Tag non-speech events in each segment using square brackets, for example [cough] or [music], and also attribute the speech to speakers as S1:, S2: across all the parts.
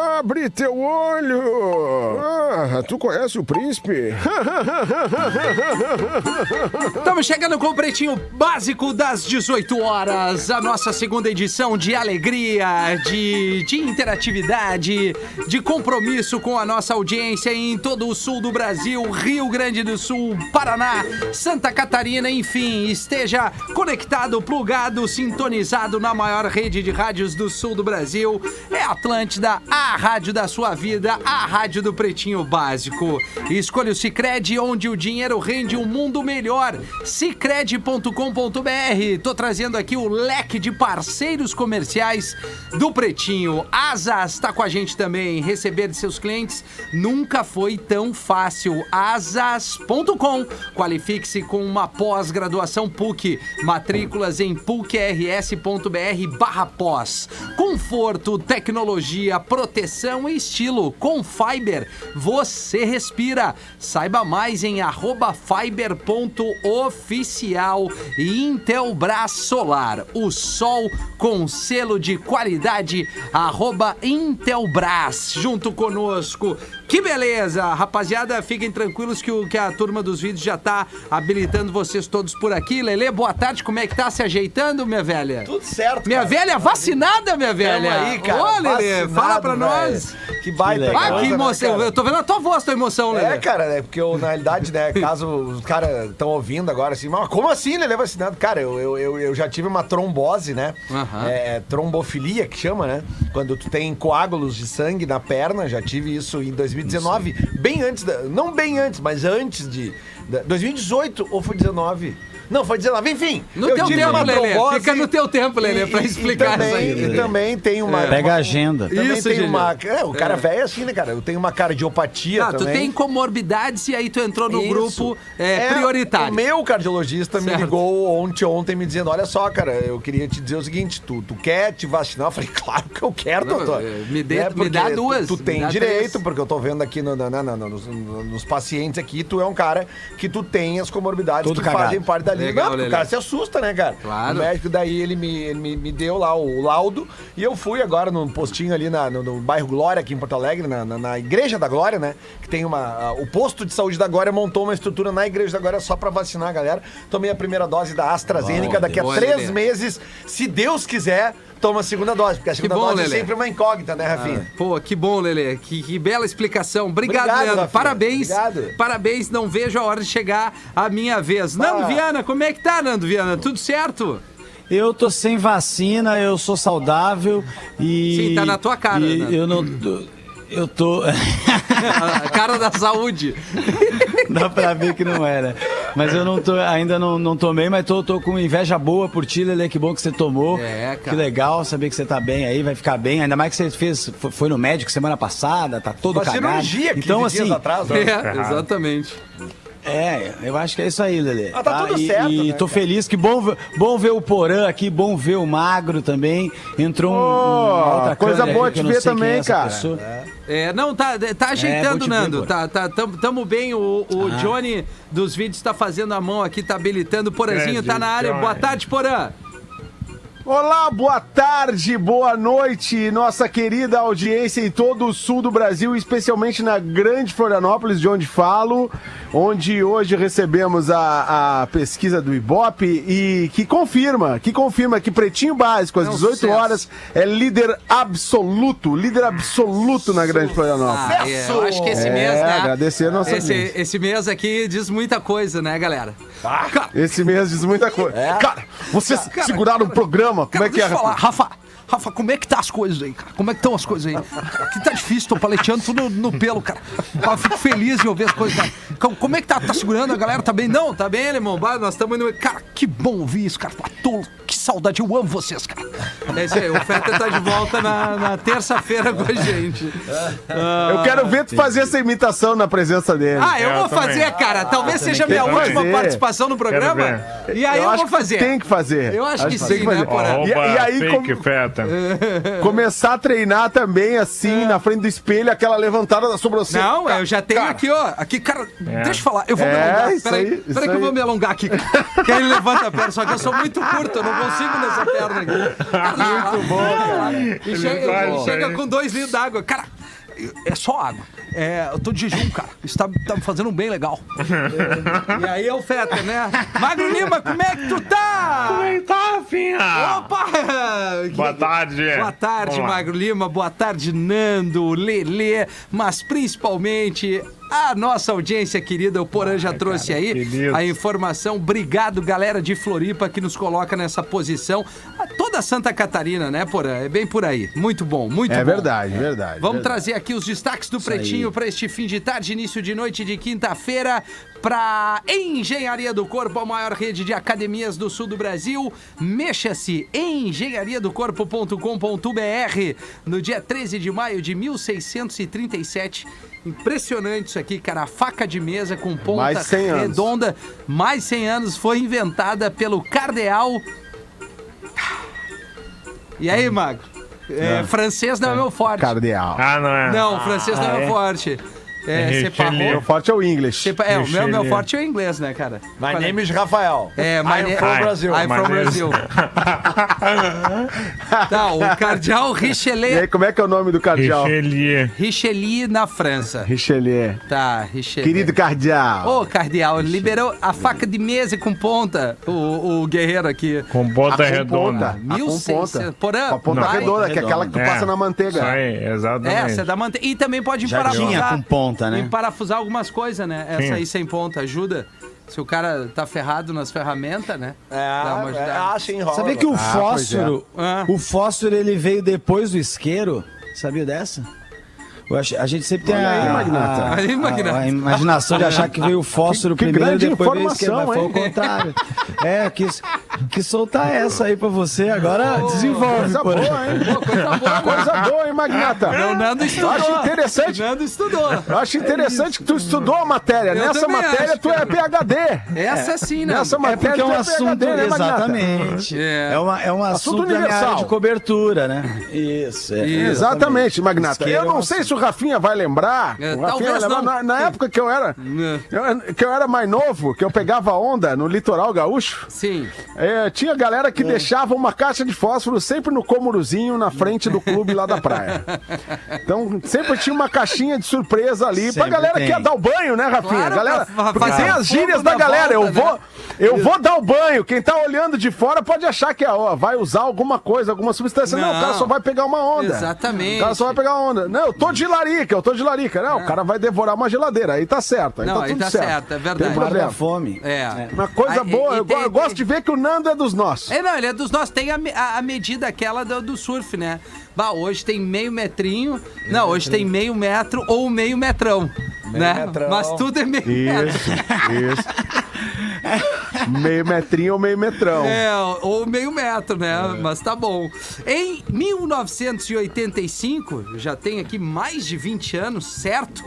S1: Abre teu olho! Ah, tu conhece o príncipe?
S2: Estamos chegando com o Pretinho Básico das 18 horas, a nossa segunda edição de alegria, de, de interatividade, de compromisso com a nossa audiência em todo o sul do Brasil, Rio Grande do Sul, Paraná, Santa Catarina, enfim, esteja conectado, plugado, sintonizado na maior rede de rádios do sul do Brasil. É Atlântida, a rádio da sua vida, a rádio do Pretinho Básico. Escolha o Cicred, onde o dinheiro rende um mundo melhor. Cicred.com.br. Tô trazendo aqui o leque de parceiros comerciais do Pretinho. Asas tá com a gente também. Receber de seus clientes nunca foi tão fácil. Asas.com. Qualifique-se com uma pós-graduação PUC. Matrículas em pucrs.br barra pós. Conforto, tecnologia, proteção e estilo. Com Fiber, você respira. Saiba mais em arroba fiber.oficial e Intelbras Solar. O sol com selo de qualidade, arroba Intelbras, junto conosco. Que beleza! Rapaziada, fiquem tranquilos que, o, que a turma dos vídeos já tá habilitando vocês todos por aqui. Lele, boa tarde, como é que tá se ajeitando, minha velha?
S3: Tudo certo.
S2: Minha
S3: cara.
S2: velha, vacinada, minha
S3: Tamo
S2: velha!
S3: aí, cara.
S2: Ô, Lelê,
S3: Vacinado,
S2: fala pra
S3: velho.
S2: nós!
S3: Que baita.
S2: Ah,
S3: coisa,
S2: que
S3: né,
S2: emoção!
S3: cara?
S2: Eu tô vendo a tua voz, tua emoção, Lelê.
S3: É, cara, né? Porque eu, na realidade,
S2: [laughs]
S3: né, caso os caras estão ouvindo agora assim, mas como assim, Lelê vacinado? Cara, eu, eu, eu, eu já tive uma trombose, né?
S2: Aham.
S3: É, trombofilia que chama, né? Quando tu tem coágulos de sangue na perna, já tive isso em 2019, bem antes da. Não bem antes, mas antes de. da- 2018 ou foi 19? Não, foi 19, enfim.
S2: No
S3: eu
S2: teu
S3: tive
S2: tempo,
S3: uma
S2: Lelê.
S3: trombose
S2: Fica no teu tempo, Lelê,
S3: e-
S2: pra
S3: e-
S2: explicar
S3: e também,
S2: isso aí, Lelê. É.
S3: E também tem uma.
S4: Pega
S3: uma-
S4: a agenda.
S3: Também
S2: Isso,
S3: tem
S2: Gil.
S3: uma. É, o cara
S2: É.
S3: velho é assim, né, cara? Eu tenho uma cardiopatia
S2: Ah, tu
S3: também.
S2: tem comorbidades e aí tu entrou no
S3: Isso.
S2: grupo é, prioritário.
S3: O meu cardiologista
S2: Certo.
S3: me ligou ontem, ontem me dizendo: Olha só, cara, eu queria te dizer o seguinte: tu, tu quer te vacinar? Eu falei, claro que eu quero,
S2: Não,
S3: doutor.
S2: é, me dê-
S3: Né,
S2: me
S3: porque
S2: dá
S3: tu-
S2: duas,
S3: Tu,
S2: me
S3: tem
S2: dá
S3: direito,
S2: três.
S3: porque eu tô vendo aqui no- na- na- na- nos, nos pacientes aqui, tu é um cara que tu tem as comorbidades
S4: Tudo
S3: que
S4: cagado.
S3: fazem parte da lista.
S2: Legal,
S3: Não, porque
S2: Lelê.
S3: o cara se assusta, né, cara?
S2: Claro.
S3: O médico daí ele me, ele me, me deu lá o laudo e eu fui agora num postinho ali na- no, no bairro Glória, aqui em Porto Alegre, na, na- na Igreja da Glória, né? Que tem uma. a- o posto de saúde da Glória montou uma estrutura na Igreja da Glória só pra vacinar a galera. Tomei a primeira dose da AstraZeneca,
S2: Boa,
S3: daqui a
S2: boa,
S3: três
S2: Lelê.
S3: meses, se Deus quiser, toma a segunda dose, porque a segunda
S2: bom,
S3: dose
S2: Lelê. Ah,
S3: é sempre uma incógnita, né, Rafinha?
S2: Pô, que bom, Lelê. Que, que bela explicação. Obrigado,
S3: Obrigado,
S2: Leandro.
S3: Rafinha.
S2: Parabéns.
S3: Obrigado.
S2: Parabéns. Não vejo a hora de chegar a minha vez. Nando
S3: Ah.
S2: Viana, como é que tá, Nando Viana?
S3: [laughs]
S2: Tudo certo?
S4: Eu tô sem vacina, eu sou saudável e.
S2: Sim, tá na tua cara,
S4: e
S2: né?
S4: Eu não. Eu tô. [laughs]
S2: A cara da saúde.
S4: Dá pra ver que não era. Mas eu não tô, ainda não, não tomei, mas tô, tô com inveja boa por ti, Lelê. Que bom que você tomou.
S2: É, cara.
S4: Que legal saber que você tá bem aí, vai ficar bem. Ainda mais que você fez, fo- foi no médico semana passada, tá todo
S3: Uma
S4: cagado.
S3: cirurgia 15
S4: então, assim,
S3: dias atrás,
S2: É,
S3: né?
S2: [laughs] exatamente.
S4: É, eu acho que é isso aí, Lelê.
S3: Ah, tá tudo
S4: e,
S3: certo,
S4: E
S3: né,
S4: tô
S3: cara?
S4: feliz, que bom, ver- bom ver o Porã aqui, bom ver o Magro também. Entrou um, uma outra
S5: coisa
S4: câmera
S5: boa
S4: aqui que
S5: te
S4: eu não
S5: ver
S4: sei quem
S5: também,
S4: é essa
S5: cara.
S4: pessoa.
S2: É, não, tá, tá ajeitando,
S4: bom te ver,
S2: Nando.
S4: Bora.
S2: Tá, tá, tamo, tamo bem. O, o
S5: Ah.
S2: Johnny dos vídeos tá fazendo a mão aqui, tá habilitando. Porãzinho
S5: Grande
S2: tá na área. Boa
S5: Johnny.
S2: tarde, Porã.
S5: Olá, boa tarde, boa noite, nossa querida audiência em todo o sul do Brasil, especialmente na grande Florianópolis, de onde falo, onde hoje recebemos a, a pesquisa do Ibope e que confirma, que confirma que Pretinho Básico, às
S2: É um
S5: 18
S2: sucesso.
S5: horas, é líder absoluto, líder absoluto na grande Florianópolis.
S2: Ah, é, eu acho que esse
S5: Tá É,
S2: mês, né?
S5: agradecer a nossa
S2: esse,
S5: audiência.
S2: esse mês aqui diz muita coisa, né, galera? Ca-
S5: Esse mês diz muita coisa. Cara, vocês
S2: É? Cara,
S5: seguraram o programa, como
S2: Cara,
S5: é que é?
S2: deixa eu falar, Rafa. Rafa, como é que tá as coisas aí, cara? Como é que estão as coisas aí? Que tá difícil, tô paleteando tudo no, no pelo, cara. Eu fico feliz em ouvir as coisas, cara. Co- Como é que tá? Tá segurando? A galera tá bem? Não, tá bem, alemão. Bah, Nós estamos indo. Cara, que bom ouvir isso, cara. Tá tolo. Que saudade, eu amo vocês, cara. É isso aí, o Feta tá de volta na, na terça-feira com a gente.
S5: Eu quero ver tu fazer essa imitação na presença dele.
S2: Ah, eu,
S6: Eu
S2: vou
S6: também.
S2: fazer, cara. Talvez seja a minha
S5: Ah, quero
S2: última
S5: fazer.
S2: participação no programa. E aí eu,
S5: acho
S2: vou
S5: que
S2: fazer.
S5: Tem que fazer.
S2: Eu acho que sim,
S5: tem
S2: né, Porã?
S5: E, e aí,
S6: fake
S5: com-
S6: feta.
S2: É.
S5: começar a treinar também, assim, na frente do espelho, aquela levantada da sobrancelha.
S2: Não, é, eu já tenho
S5: Cara.
S2: aqui, ó. Aqui, cara, deixa eu falar. Eu vou me
S5: É,
S2: alongar.
S5: isso
S2: Peraí,
S5: aí,
S2: peraí
S5: isso
S2: que eu
S5: aí.
S2: vou me alongar aqui. Que aí ele levanta a perna, só que eu sou muito curto, eu não consigo nessa perna aqui. Muito bom, cara. E
S6: Ele
S2: chega,
S6: faz isso
S2: chega
S6: aí.
S2: com dois litros d'água. Cara, é só água. É, eu tô de jejum, cara. Isso tá, tá me fazendo um bem legal. e aí é o Feta, né? Magro Lima, como é que tu tá?
S6: Tá, Rafinha?
S2: Opa!
S6: Boa tarde.
S2: Boa tarde,
S6: Vamos lá.
S2: Magro Lima. Boa tarde, Nando, Lelê, mas principalmente a nossa audiência querida, o Poranja trouxe aí
S6: querido.
S2: a informação. Obrigado, galera de Floripa, que nos coloca nessa posição. Ah, Toda Santa Catarina, né, Porã? É bem por aí. Muito bom, muito Tá bom.
S5: É verdade, verdade.
S2: Vamos
S5: verdade.
S2: trazer aqui os destaques do Pretinho para este fim de tarde, início de noite de quinta-feira, para Engenharia do Corpo, a maior rede de academias do sul do Brasil. Mexa-se em engenhariadocorpo.com.br no dia 13 de maio de 1637. Impressionante isso aqui, cara. A faca de mesa com ponta
S5: Mais 100 anos.
S2: redonda, mais 100 anos, foi inventada pelo cardeal. E aí, Mago? É, francês não é meu forte.
S5: Hum. Ah. Cardeal.
S6: Ah, não é?
S2: Não, o francês não é,
S6: é?
S2: forte. É,
S6: Entendi,
S5: Meu
S2: separou.
S6: entendi.
S5: forte é o inglês.
S2: É, o meu,
S6: Deixa
S2: meu
S6: ele-
S2: forte é o inglês, né, cara?
S3: My name is Rafael.
S2: É, my
S3: I'm
S2: name-
S3: from
S6: Ai.
S3: Brasil.
S2: I'm from
S5: é
S6: Mas-
S2: Brasil. tá, o
S5: [laughs] E
S2: cardeal
S5: aí,
S2: Richelieu.
S5: como é que é o nome do cardeal?
S6: Richelieu.
S2: Richelieu na França.
S5: Richelieu.
S2: Tá, Richelieu.
S5: Querido cardeal. Ah,
S2: Ô, cardeal, liberou a faca de mesa com ponta, o, o guerreiro aqui.
S6: Com ponta
S5: A Ah, com
S6: redonda.
S5: ponta, a com
S2: 1600.
S5: ponta.
S2: Porã,
S5: Com a ponta
S2: vai.
S5: redonda, que é aquela que tu
S6: É.
S5: passa na manteiga.
S6: Isso aí, exatamente.
S2: É, você dá mante... E também pode
S4: Já tinha com ponta, né?
S2: e parafusar algumas coisas, né? Essa
S6: Sim.
S2: aí sem ponta ajuda. Se o cara tá ferrado nas ferramentas, né?
S3: É,
S2: Dá uma
S3: é,
S2: ajudada.
S3: ah, sim, rola.
S4: Sabia que o
S5: pois é.
S4: fósforo,
S2: Ah.
S4: o fósforo ele veio depois do isqueiro? Sabia dessa? Eu ach- a gente sempre tem
S5: Olha
S4: a,
S5: aí, Magnata.
S4: a-
S2: Aí, Magnata.
S4: a- a imaginação de achar que veio o
S5: [laughs]
S4: fósforo
S5: Que- que
S4: primeiro
S5: grande
S4: e depois veio o isqueiro, mas foi
S5: informação,
S4: o contrário. É, quis, quis soltar essa aí pra você, agora desenvolve.
S5: Coisa
S4: pô.
S5: boa, hein?
S2: [laughs] Pô, coisa boa, né?
S5: Coisa boa, hein, Magnata?
S2: O Nando
S5: Eu
S2: estudou.
S5: acho interessante.
S2: O Nando estudou.
S5: Eu acho interessante que tu estudou a matéria.
S2: Eu
S5: Nessa
S2: também
S5: matéria
S2: acho,
S5: tu é PhD.
S2: Essa sim, né?
S5: Nessa
S4: É
S5: matéria
S4: porque é um
S5: tu
S4: assunto,
S5: PhD, né, Magnata?
S4: exatamente.
S2: É.
S4: É, uma- é um assunto, da minha
S5: universal.
S4: área de cobertura, né? Isso, é.
S2: Isso.
S5: Exatamente, Magnata.
S4: Isqueiro
S5: Eu
S4: é um
S5: não sei se o Rafinha vai lembrar.
S2: É,
S5: O Rafinha vai
S2: talvez
S5: lembrar.
S2: não. Né.
S5: Na, na época que eu era. eu- que eu era mais novo, que eu pegava onda no litoral gaúcho,
S2: Sim.
S5: é, tinha galera que deixava uma caixa de fósforo sempre no cômorozinho na frente do clube lá da praia. Então sempre tinha uma caixinha de surpresa ali
S4: Sempre
S5: pra galera
S4: tem.
S5: que ia dar o banho, né, Rafinha?
S2: Claro,
S5: galera,
S2: pra- pra
S5: porque
S2: fazer
S5: tem
S2: o
S5: as
S2: fogo
S5: gírias
S2: na
S5: da galera. eu
S2: volta,
S5: vou,
S2: né?
S5: eu vou dar o banho. Quem tá olhando de fora pode achar que é, ó, vai usar alguma coisa, alguma substância. Não,
S2: Não.
S5: o cara só vai pegar uma onda.
S2: Exatamente. É.
S5: O cara só vai pegar uma onda. Não, eu tô de larica, eu tô de larica. Não, o cara vai devorar uma geladeira. Aí tá certo. Aí
S2: Não,
S5: tá
S2: aí
S5: tudo
S2: tá
S5: certo.
S2: certo, é verdade.
S5: Tem
S4: Guarda a
S5: problema.
S4: fome.
S2: É.
S5: Uma coisa
S2: Aí,
S5: boa,
S2: e- e
S5: eu, go-
S2: tem-
S5: eu gosto de ver que o Nando é dos nossos.
S2: É, não, ele é dos nossos. Tem a, me- a- a medida aquela do, do surf, né? Bah, hoje tem meio metrinho. não, hoje tem meio metro ou meio metrão. né?
S3: metrão.
S2: Mas tudo é meio metro.
S5: Isso, isso.
S2: [laughs]
S5: meio metrinho ou meio metrão.
S2: É, ou meio metro, né? Mas tá bom. Em 1985, já tem aqui mais de 20 anos, certo?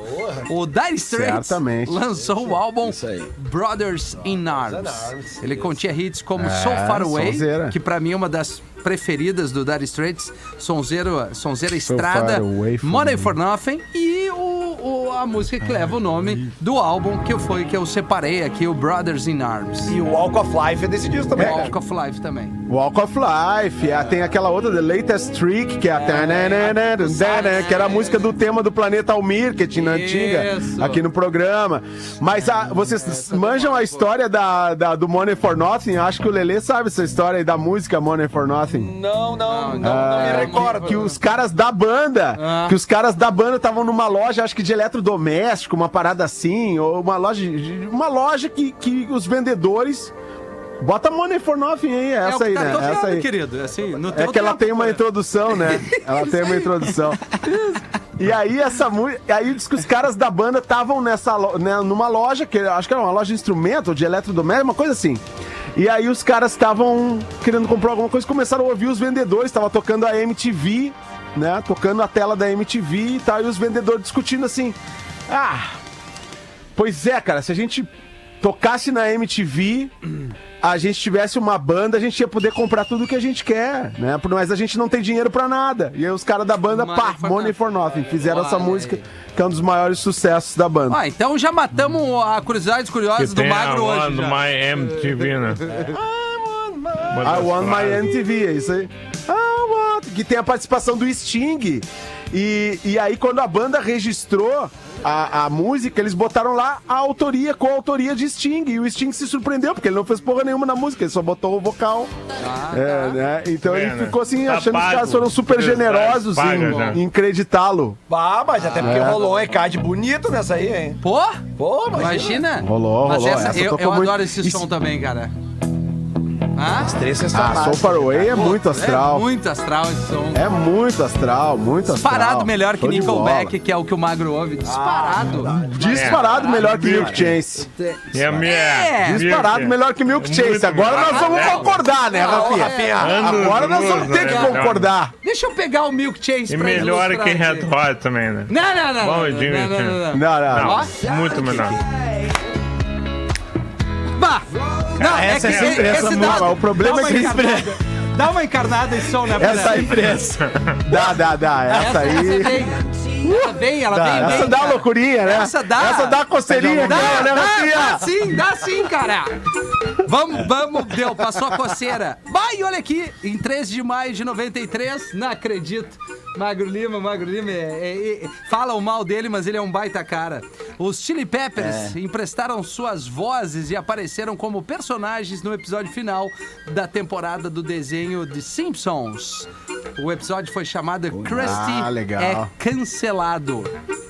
S2: O Dire Straits
S5: Certamente.
S2: lançou o álbum
S4: isso aí.
S2: Brothers in Arms.
S3: Arms,
S2: Ele continha hits como
S5: É,
S2: So Far Away,
S5: sonzeira.
S2: que pra mim é uma das preferidas do Dire Straits, Sonzeiro, Sonzeira Estrada,
S5: Far Away from
S2: Money
S5: Me.
S2: for Nothing e o, o- a música que leva o nome do álbum que eu foi que eu separei aqui, o Brothers in Arms.
S3: E o Walk of Life é desse disco também.
S2: Walk of Life também.
S5: Walk of Life, ah, tem aquela outra, The Latest Trick, que é a tananana, tanana, que era a música do tema do Planeta Almir, que tinha na antiga,
S2: é. Isso. é
S5: aqui no programa. Mas a- vocês manjam a história da, da- do Money for Nothing? Acho que o Lelê sabe essa história aí da música Money for Nothing.
S3: Não, não, não, não,
S5: Ah,
S3: me recordo.
S5: Que os caras da banda,
S2: Ah.
S5: que os caras da banda estavam numa loja, acho que de eletrodoméstico, uma parada assim, ou uma loja, de- uma loja que, que os vendedores... Bota Money for Nothing aí, é
S2: É o que
S5: essa aí,
S2: tá
S5: né?
S2: tocando,
S5: Essa aí.
S2: querido. Assim, no
S5: É
S2: teu
S5: que ela
S2: tempo,
S5: tem uma
S2: né?
S5: introdução, [laughs] né? Ela tem uma introdução. E aí essa música, aí diz que os caras da banda estavam nessa lo- né, numa loja que eu acho que era uma loja de instrumento, de eletrodoméstico, uma coisa assim. E aí os caras estavam querendo comprar alguma coisa, começaram a ouvir os vendedores, estava tocando a MTV, né? Tocando a tela da MTV e tal, e os vendedores discutindo assim: "Ah, pois é, cara, se a gente tocasse na MTV, a gente tivesse uma banda, a gente ia poder comprar tudo que a gente quer, né? Por- Mas a gente não tem dinheiro pra nada. E aí os caras da banda,
S2: Money
S5: pá,
S2: for
S5: Money for Nothing, fizeram essa
S2: Olha
S5: música,
S2: aí.
S5: que é um dos maiores sucessos da banda.
S2: Ah, então já matamos a curiosidade
S6: Que
S2: curiosa do
S6: tem
S2: Magro hoje.
S6: a One
S2: já. É.
S6: My MTV, né? Uma
S5: I
S6: das
S5: want my
S6: frases.
S5: Ah, MTV, é isso aí. I want... Que tem a participação do Sting. E, e aí, quando a banda registrou a, a música, eles botaram lá a autoria, com a autoria de Sting. E o Sting se surpreendeu, porque ele não fez porra nenhuma na música, ele só botou o vocal.
S2: Ah,
S5: É,
S2: tá.
S5: né? Então
S6: É,
S5: ele
S6: né?
S5: ficou assim,
S6: Tá
S5: achando que os caras
S6: pago.
S5: foram super
S6: Verdade,
S5: generosos
S6: paga já.
S5: em, em creditá-lo.
S3: Ah, mas até porque rolou um ECAD bonito nessa aí, hein?
S2: Pô?
S3: Pô, imagina.
S2: Imagina.
S5: Rolou,
S2: Mas
S5: rolou.
S2: essa,
S5: Essa
S2: eu,
S5: tocou
S2: eu
S5: muito.
S2: adoro esse
S5: Isso-
S2: som também, cara. Ah,
S4: Três
S5: Ah, Soul Far Away é muito
S2: É
S5: astral.
S2: muito astral esse som.
S5: É muito astral, muito astral.
S2: Disparado melhor que
S5: Show de
S2: Nickelback,
S5: bola. Ah,
S2: que é o que o Magro ouve. Disparado.
S5: Disparado
S6: É.
S5: melhor que
S6: Meu
S5: Milk Chance.
S6: É,
S2: É.
S6: minha.
S5: Disparado melhor que Milk Chase.
S6: Muito
S5: Agora
S6: melhor.
S5: nós vamos
S6: Ah,
S5: concordar, né, Rafinha?
S6: Anos
S5: Agora nós
S6: luz,
S5: vamos ter que
S6: né?
S5: concordar.
S2: Deixa eu pegar o Milk Chase
S6: E
S2: pra
S6: melhor
S2: ilustrar
S6: que Red
S2: aqui.
S6: Hot também, né?
S2: Não, não, não.
S6: Bom,
S2: não,
S6: Jimmy,
S2: não, não, não, não.
S5: Não, não.
S6: Não,
S2: Nossa,
S6: muito menor.
S2: é Bah! Não,
S4: essa é sempre essa
S2: esse
S5: música.
S2: dá-
S5: O problema
S2: dá
S5: é que
S2: uma
S5: sempre-
S2: encarnada. Dá uma encarnada esse som, né?
S5: Essa
S2: Fernando?
S5: aí, Dá, dá, dá. Essa
S2: Essa
S5: aí.
S2: vem. Ela vem, ela vem,
S5: Essa
S2: vem,
S5: dá
S2: cara.
S5: loucurinha, né?
S2: Essa dá.
S5: Essa dá coceirinha,
S2: Dá,
S5: aquela, né,
S2: dá, dá
S5: Rafinha?
S2: sim, dá sim, cara. Vamos, vamos, deu, passou a coceira. Vai, olha aqui, em 3 de maio de 93, não acredito. Magro Lima, Magro Lima, é, é, é, falam mal dele, mas ele é um baita cara. Os Chili Peppers
S5: É.
S2: emprestaram suas vozes e apareceram como personagens no episódio final da temporada do desenho de Simpsons. O episódio foi chamado Krusty
S5: legal.
S2: é Cancelado.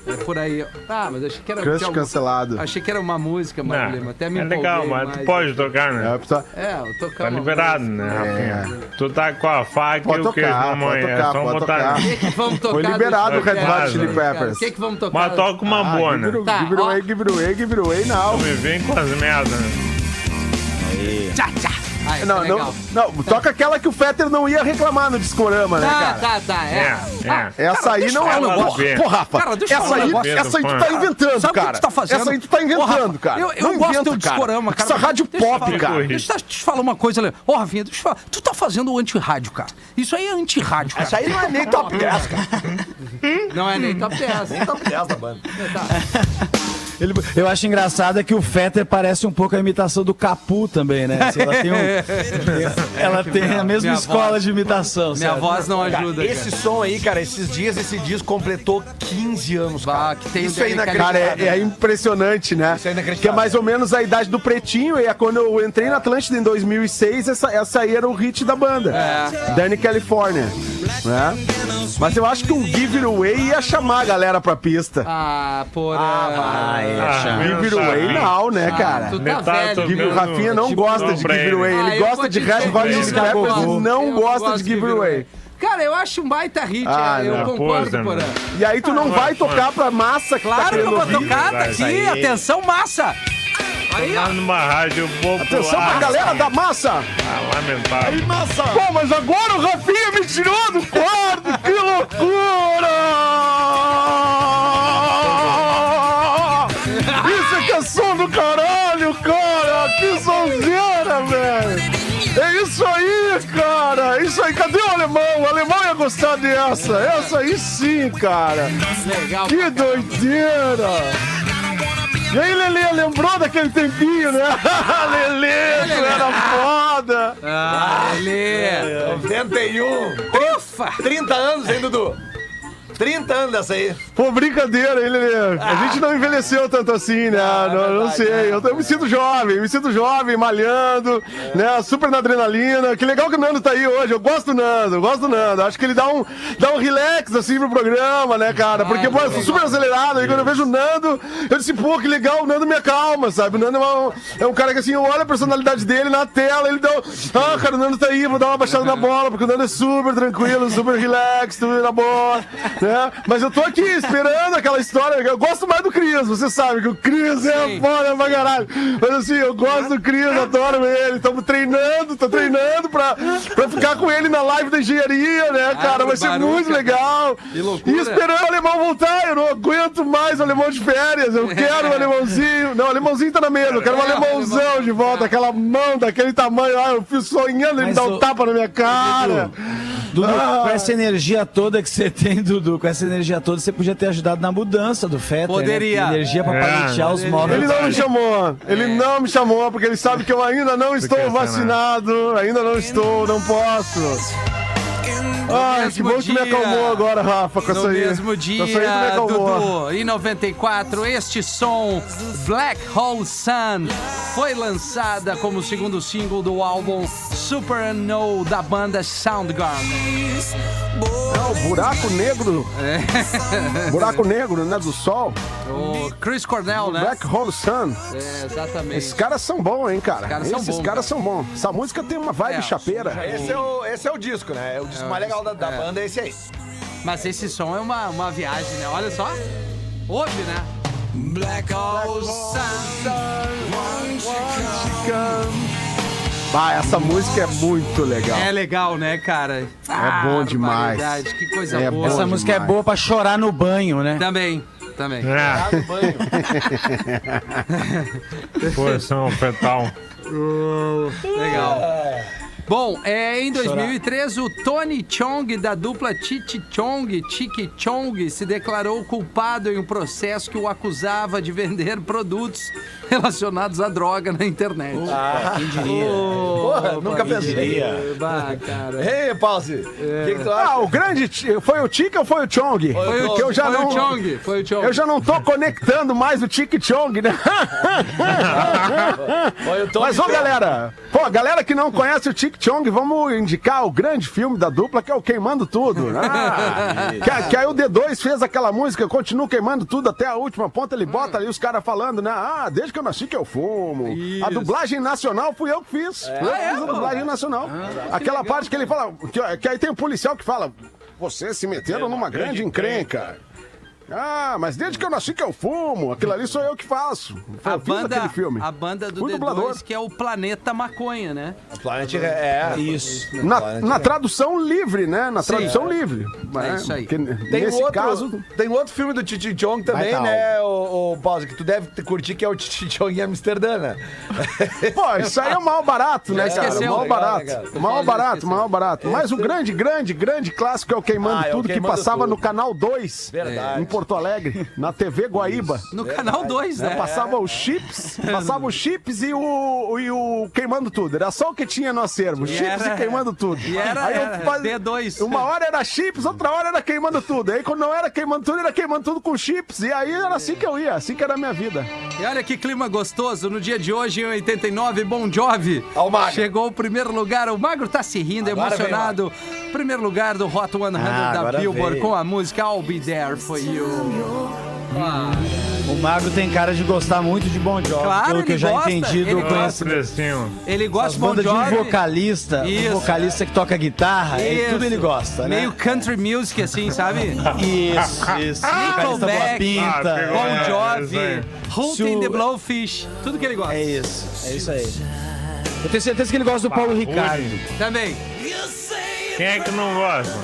S2: É por aí. ó. Ah, mas achei que era
S5: Crush
S2: tinha algum-
S5: cancelado.
S2: Achei que era uma música,
S6: Não,
S2: Magro Lima. Até me
S6: é legal,
S2: empolguei
S6: mas tu
S2: mais.
S6: pode tocar,
S5: É,
S6: né?
S5: pessoal,
S2: É, eu tô
S6: Tá liberado, né, Rafinha? Tu tá com a faca
S5: É. Pode
S6: e o queijo
S5: tocar,
S6: na mão,
S5: pode
S6: é
S5: tocar,
S6: só
S5: pode
S6: botar.
S5: tocar.
S2: O que, que vamos tocar?
S5: Foi
S2: do
S5: liberado o
S2: Chili
S5: Red Hot
S2: Peppers,
S5: Chili
S2: cara?
S5: Peppers.
S2: O que, que vamos tocar?
S6: Mas toca uma
S5: Ah,
S6: boa,
S5: give
S6: né?
S5: it away,
S2: Tá,
S5: give it
S2: ó.
S5: away, give it away, give it away now.
S6: Me vem com as merdas, né?
S2: Tchá, tchá. Ah, essa
S5: Não,
S2: é
S5: não,
S2: legal.
S5: não, toca aquela que o Fetter não ia reclamar no Discorama, né,
S2: Tá,
S5: cara?
S2: tá, tá. É.
S6: É,
S2: Ah,
S6: é.
S5: Essa aí não é
S6: eu
S5: um
S6: falar
S5: negócio.
S6: bem.
S5: Pô, Rafa,
S2: Cara, deixa eu
S5: essa
S2: falar
S5: aí,
S2: um
S6: negócio.
S5: essa aí tu tá inventando,
S2: Sabe o que
S5: cara.
S2: tu tá fazendo?
S5: Essa aí tu tá
S2: Ô,
S5: inventando,
S2: Rafa,
S5: cara.
S2: eu- eu
S5: Não
S2: gosto
S5: inventa,
S2: do
S5: cara.
S2: discorama, cara.
S5: Essa rádio
S2: Deixa eu
S5: pop,
S2: falar.
S5: cara.
S6: Deixa
S2: Deixa eu te falar uma coisa, Leandro. Ô, Rafinha, deixa eu te falar. Tu tá fazendo anti-rádio, cara. Isso aí é anti-rádio, cara.
S3: Isso aí não é nem top 10, cara.
S2: Não é nem top 10.
S3: Nem top 10 da banda.
S4: Ele- eu acho engraçado é que o Fetter parece um pouco a imitação do Capu também, né? Assim, ela tem, um- ela tem a mesma
S2: minha
S4: escola
S2: voz-
S4: de imitação.
S2: Minha
S4: sabe?
S2: voz não
S3: Cara,
S2: ajuda.
S3: esse
S2: cara.
S3: som aí, cara, esses dias, esse disco completou 15 anos,
S2: Bah,
S3: cara.
S2: que tem o
S3: Isso é
S2: Derek
S5: Cara,
S3: inacreditável.
S5: é, é impressionante, né?
S3: Isso é inacreditável.
S5: que é mais ou menos a idade do Pretinho, e é quando eu entrei na Atlântida em 2006, essa, essa aí era o hit da banda.
S2: É.
S5: Danny California. Né? Mas eu acho que o Give It Away ia chamar a galera pra pista.
S2: Ah, porra.
S4: vai.
S6: Ah,
S5: Give It
S6: menos
S5: Away
S6: sabe.
S5: não, né,
S2: Ah,
S5: cara?
S2: tu
S6: Metade
S2: tá
S6: tô
S2: velho.
S5: Give, o
S6: vendo-
S5: Rafinha não
S6: tipo,
S5: gosta de
S6: pra
S5: Give It Away.
S2: Ah,
S5: Ele
S2: eu
S5: gosta
S2: vou
S5: de
S2: te
S5: Red
S2: dizer,
S5: Hot Chili
S2: eu
S5: Peppers
S2: gosto.
S5: e
S2: Eu
S5: não gosta de Give It Away.
S2: Cara, eu acho um baita hit,
S5: Ah,
S2: é, eu
S5: não. tá
S2: concordo,
S6: Pois é,
S2: Porã.
S6: mano.
S5: E aí tu não
S6: não
S5: vai
S6: é fã.
S5: tocar pra massa que tá
S2: Claro que eu
S5: querendo
S2: vou
S5: ouvir.
S2: tocar, tá
S6: Isso
S2: aqui,
S6: aí.
S2: atenção, massa! Aí, ó.
S6: Lá Tá numa rádio popular.
S5: Atenção pra galera da massa!
S6: Ah, lamentável.
S5: Pô, mas agora o Rafinha me tirou do quarto! Que loucura! Isso é que é som do caralho, cara! Que sonzeira, velho! É isso aí, cara! Isso aí, cadê o alemão? O alemão ia gostar dessa! Essa aí sim, cara!
S2: Legal.
S5: Que doideira! E aí, Lelê, lembrou daquele tempinho, né? [laughs] Lelê, tu era foda!
S2: Ah, Lelê.
S3: né? 91,
S2: Ufa!
S3: 30 um. anos, hein, Dudu? 30 anos dessa aí.
S5: Pô, brincadeira, hein, Lelê? A gente não envelheceu tanto assim, né? não, não
S3: verdade,
S5: sei. Eu, eu me sinto jovem, me sinto jovem, malhando, né? Super na adrenalina. Que legal que o Nando tá aí hoje. Eu gosto do Nando, eu gosto do Nando. Acho que ele dá um, dá um relax, assim, pro programa, né, cara? Porque, pô, eu sou super acelerado. Aí quando eu vejo o Nando, eu disse, pô, que legal, o Nando me acalma, sabe? O Nando é um, é um cara que, assim, eu olho a personalidade dele na tela, ele dá um, Ah, cara, o Nando tá aí, vou dar uma baixada na bola, porque o Nando é super tranquilo, super relax, tudo na boa, né? Mas eu tô aqui esperando aquela história. Eu gosto mais do Cris, você sabe que o Cris é foda pra caralho. Mas assim, eu gosto do Cris, adoro ele. Tamo treinando, tô treinando pra, pra ficar com ele na live da engenharia, né, cara? Vai ser
S2: barulho,
S5: muito
S2: cara.
S5: legal.
S2: Ah, Que loucura.
S5: E esperando o alemão voltar, eu não aguento mais o alemão de férias.
S2: [laughs]
S5: Eu quero o alemãozinho. Não, o alemãozinho tá na mesa, eu quero um
S2: É,
S5: alemãozão
S2: alemão.
S5: de volta, aquela mão daquele tamanho lá. Eu fui sonhando ele
S4: Mas
S5: dar um
S4: o-
S5: tapa na minha cara.
S4: Dudu,
S5: Ah.
S4: com essa energia toda que você tem, Dudu, com essa energia toda, você podia ter ajudado na mudança do Fetter. né?
S2: Poderia.
S4: Tem Energia pra
S6: É.
S4: paletear os móveis.
S5: Ele não me chamou,
S4: é.
S5: ele não me chamou, porque ele sabe que eu ainda não estou
S6: Fica essa, né?
S5: vacinado, ainda não estou, não posso. Ai, que
S2: mesmo
S5: bom que tu me
S2: dia-
S5: acalmou agora, Rafa, com
S2: No
S5: essa aí.
S2: mesmo
S5: Com essa aí tu me
S2: dia,
S5: acalmou.
S2: Dudu, em 94, este som, Black Hole Sun, foi lançada como segundo single do álbum Super No da banda Soundgarden.
S5: É o buraco negro.
S2: É.
S5: buraco negro, né? Do sol.
S2: O Chris Cornell, né?
S5: Black Hole Sun.
S2: É, exatamente.
S5: Esses caras são bons, hein, cara?
S2: caras são
S5: Esses
S2: bons, né?
S5: caras são bons. Essa música tem uma vibe
S2: É,
S5: chapeira.
S3: Esse é, o, esse é o disco, né? É o disco
S2: É,
S3: mais legal da, da
S2: é.
S3: banda, é esse aí.
S2: Mas esse som é uma, uma viagem, né? Olha só. Ouve, né? Black Hole Sun.
S5: Bah, essa música é muito legal.
S2: É legal, né, cara? É
S5: bom demais.
S2: Que coisa
S5: É
S2: boa.
S5: bom
S4: Essa
S5: demais.
S4: música é boa pra chorar no banho, né?
S2: Também, também.
S6: É,
S3: Tá no banho.
S6: [laughs] posição é
S5: [laughs]
S6: um fetal.
S2: Legal. Bom, é, em 2003, o Tony Chong, da dupla Chichi Chong, Chiqui Chong, se declarou culpado em um processo que o acusava de vender produtos relacionados à droga na internet.
S4: Quem diria?
S3: Porra, nunca
S2: quem
S3: pensei.
S2: Bah, cara.
S3: Ei, Pause, o que, que tu acha?
S5: Ah, o grande. Ti- Foi o Tica ou foi o Chong?
S3: Foi o-
S5: Que eu já
S2: foi
S5: não.
S2: o Chong, foi o Chong.
S5: Eu já não tô conectando mais o Tic Chong, né? [laughs]
S3: Olha, o Tony
S5: Mas, ô,
S3: Chong.
S5: galera, pô, galera que não conhece o Tic Chong, vamos indicar o grande filme da dupla, que é o Queimando Tudo. né? que, que aí o D2 fez aquela música, continua queimando tudo até a última ponta, ele bota
S2: Hum.
S5: ali os caras falando, né? Ah, desde que eu nasci que eu fumo. A dublagem nacional fui eu que fiz. eu
S2: é,
S5: fiz a
S2: pô. Ah,
S5: dublagem nacional. aquela parte que ele fala, que, que aí tem um policial que fala, vocês se meteram
S2: É,
S5: numa grande encrenca. Ah, mas desde que eu nasci que eu fumo, aquilo ali sou eu que faço.
S2: A
S5: eu fiz
S2: banda,
S5: aquele filme.
S2: a banda do
S5: Fui
S2: D2,
S5: dublador.
S2: que é o Planeta Maconha, né?
S3: Planet é.
S4: Isso.
S5: Na, na tradução livre, né? Na tradução livre.
S2: É
S5: né?
S2: isso aí.
S5: Porque
S3: Tem um
S5: nesse
S3: outro,
S5: caso.
S3: tem um outro filme do Titi Chong também,
S5: Vai, tá,
S3: né, o, Pause, que tu deve te curtir, que é o Titi Chong em Amsterdã,
S2: [laughs]
S3: né?
S5: Pô, isso aí é o maior barato, né, cara?
S2: esqueceu,
S5: o maior
S2: legal,
S5: barato.
S3: né, cara?
S5: O maior
S2: Paulo
S5: barato,
S2: esqueceu.
S5: o maior barato. Mas o grande, grande, grande clássico é o Queimando
S3: É Ah, é o
S5: Tudo,
S3: Queimando
S5: que passava
S3: Tudo.
S5: no Canal 2,
S3: Verdade.
S5: em Porto Alegre, na TV Guaíba.
S2: No canal 2, né?
S5: Passava o Chips, passava o Chips e o, e o Queimando Tudo. Era só o que tinha no acervo. Chips
S2: era-
S5: e Queimando Tudo.
S2: e era-
S5: Aí eu
S2: era
S5: faz-
S2: D2.
S5: Uma hora era Chips, outra hora era Queimando Tudo. Aí quando não era Queimando Tudo, era Queimando Tudo com Chips. E aí era assim que eu ia, assim que era a minha vida.
S2: E olha que clima gostoso. No dia de hoje, em 89, Bon Jovi.
S3: Ó o Magro.
S2: Chegou o primeiro lugar. O Magro tá se rindo,
S3: Agora vem,
S2: emocionado. primeiro lugar do Hot 100
S4: Ah,
S2: da
S4: agora
S2: Billboard
S4: vem.
S2: com a música I'll Be There For You.
S4: O Magro tem cara de gostar muito de Bon Jovi,
S2: Claro,
S4: pelo que
S2: ele
S4: eu já
S2: gosta,
S4: entendi do
S2: ele gosta.
S4: conhecimento.
S6: um Precinho.
S2: Ele gosta
S4: As
S2: de Bon
S4: bandas de um
S2: Jovi.
S4: vocalista,
S2: Isso.
S4: um vocalista que toca guitarra, e
S2: Isso.
S4: tudo ele gosta, né?
S2: Meio country music, assim,
S5: [laughs]
S2: sabe?
S4: Isso, isso. Vocalista boa
S2: Nickelback.
S6: Ah,
S4: pinta.
S6: pegou.
S2: Bon
S6: É,
S2: Jovi,
S6: é
S2: Hunting
S4: Su-
S2: the Blowfish. Tudo que ele gosta.
S4: É isso, é isso aí. Eu tenho certeza que ele gosta do Paulo Ricardo.
S2: Também.
S6: Quem é que não gosta?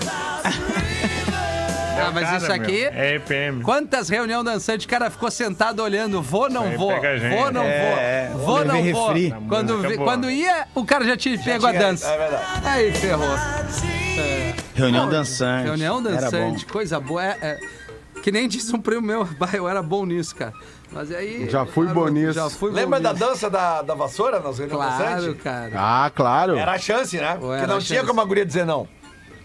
S2: Ah, mas
S6: Cara,
S2: isso aqui...
S6: meu, É EPM.
S2: Quantas reuniões dançantes, o cara ficou sentado olhando, vou, não
S6: aí
S2: vou,
S6: pega a gente.
S2: vou, não
S4: É,
S2: vou, vou,
S4: é,
S2: não
S4: levei
S2: vou.
S4: refri.
S2: Quando,
S6: Música é
S2: vi-
S6: boa.
S2: quando ia, o cara já tinha pego a
S3: tinha-
S2: dança.
S3: é verdade.
S2: Aí ferrou.
S4: Reunião dançante.
S2: Reunião
S4: Era bom.
S2: dançante, coisa boa. É, é, que nem disse um primo meu, [laughs] bah, eu era bom nisso, cara. Mas aí...
S5: Já fui bom nisso.
S2: Já fui bom
S3: Lembra da
S2: nisso.
S3: dança da, da vassoura nas reuniões
S2: Claro,
S3: dançantes?
S2: cara.
S5: Ah, claro.
S3: Era a chance, né? Porque
S2: era
S3: não
S2: a
S3: tinha
S2: chance.
S3: como a guria dizer não.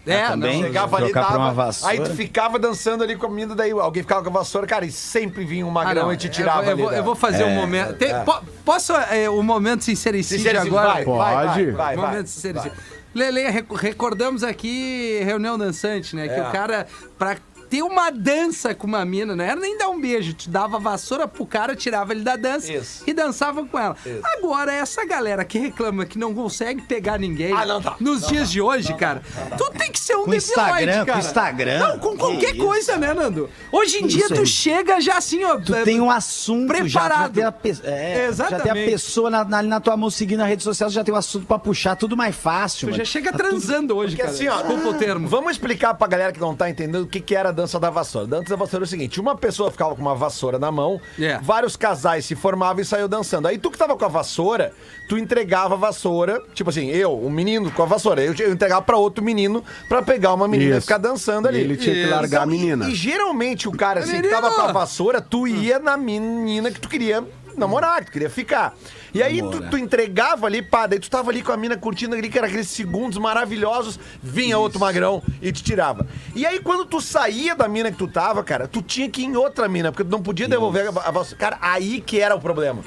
S2: É,
S4: também.
S2: não.
S3: Chegava ali,
S4: Trocar pra uma
S3: dava.
S4: vassoura.
S3: Aí tu ficava dançando ali com a menina, daí alguém ficava com a vassoura, cara, e sempre vinha um magrão e te tirava
S2: ah, eu, vou-
S3: ali.
S2: eu vou,
S3: né?
S2: eu vou fazer um momento. Tem- po- posso é, um momento sincericídio,
S3: Sincero,
S2: agora?
S3: vai, vai, vai,
S5: Pode.
S3: vai, vai.
S2: Momento de sinceridade. Lele, recu- recordamos aqui reunião dançante, né? Que
S3: É.
S2: o cara, pra ter uma dança com uma mina, não era nem dar um beijo, te dava vassoura pro cara, tirava ele da dança
S3: Isso.
S2: e dançava com ela. Agora, essa galera que reclama que não consegue pegar ninguém
S3: Ah, não dá.
S2: nos dias de hoje, cara, tu tem que ser um
S4: Com
S2: debilóide,
S4: Instagram,
S2: cara.
S4: com Instagram.
S2: Não, com
S4: Que
S2: qualquer
S4: isso,
S2: coisa, né, Nando? Hoje em dia,
S4: Isso
S2: tu
S4: aí.
S2: chega já assim, ó.
S4: Tu tem um assunto já, tu já
S2: Preparado.
S4: tem a, pe- é,
S2: Exatamente.
S4: já tem a pessoa na, na- ali na tua mão seguindo a rede social, tu já tem um assunto pra puxar, tudo mais fácil.
S2: Tu já
S4: mano.
S2: chega transando hoje,
S3: Porque
S2: cara.
S3: assim, ó,
S2: Desculpa o termo.
S3: Vamos explicar pra galera que não tá entendendo o que, que era a dança da vassoura. A dança da vassoura é o seguinte: uma pessoa ficava com uma vassoura na mão,
S2: É.
S3: vários casais se formavam e saiu dançando. Aí tu que tava com a vassoura, tu entregava a vassoura, tipo assim, eu, um menino com a vassoura, eu, eu entregava pra outro menino pra pegar uma menina e
S5: Isso.
S3: ficar dançando ali.
S5: Ele tinha que
S3: Então,
S5: largar a
S3: e-
S5: menina.
S3: E, geralmente o cara assim, que
S2: Menino!
S3: tava com a vassoura, tu ia na menina que tu queria namorar, que tu queria ficar. E aí tu, tu entregava ali, pá, daí tu tava ali com a mina curtindo ali, que era aqueles segundos maravilhosos, vinha outro magrão e te tirava. E aí quando tu saía da mina que tu tava, cara, tu tinha que ir em outra mina, porque tu não podia devolver a, a, a Cara, aí que era o problema.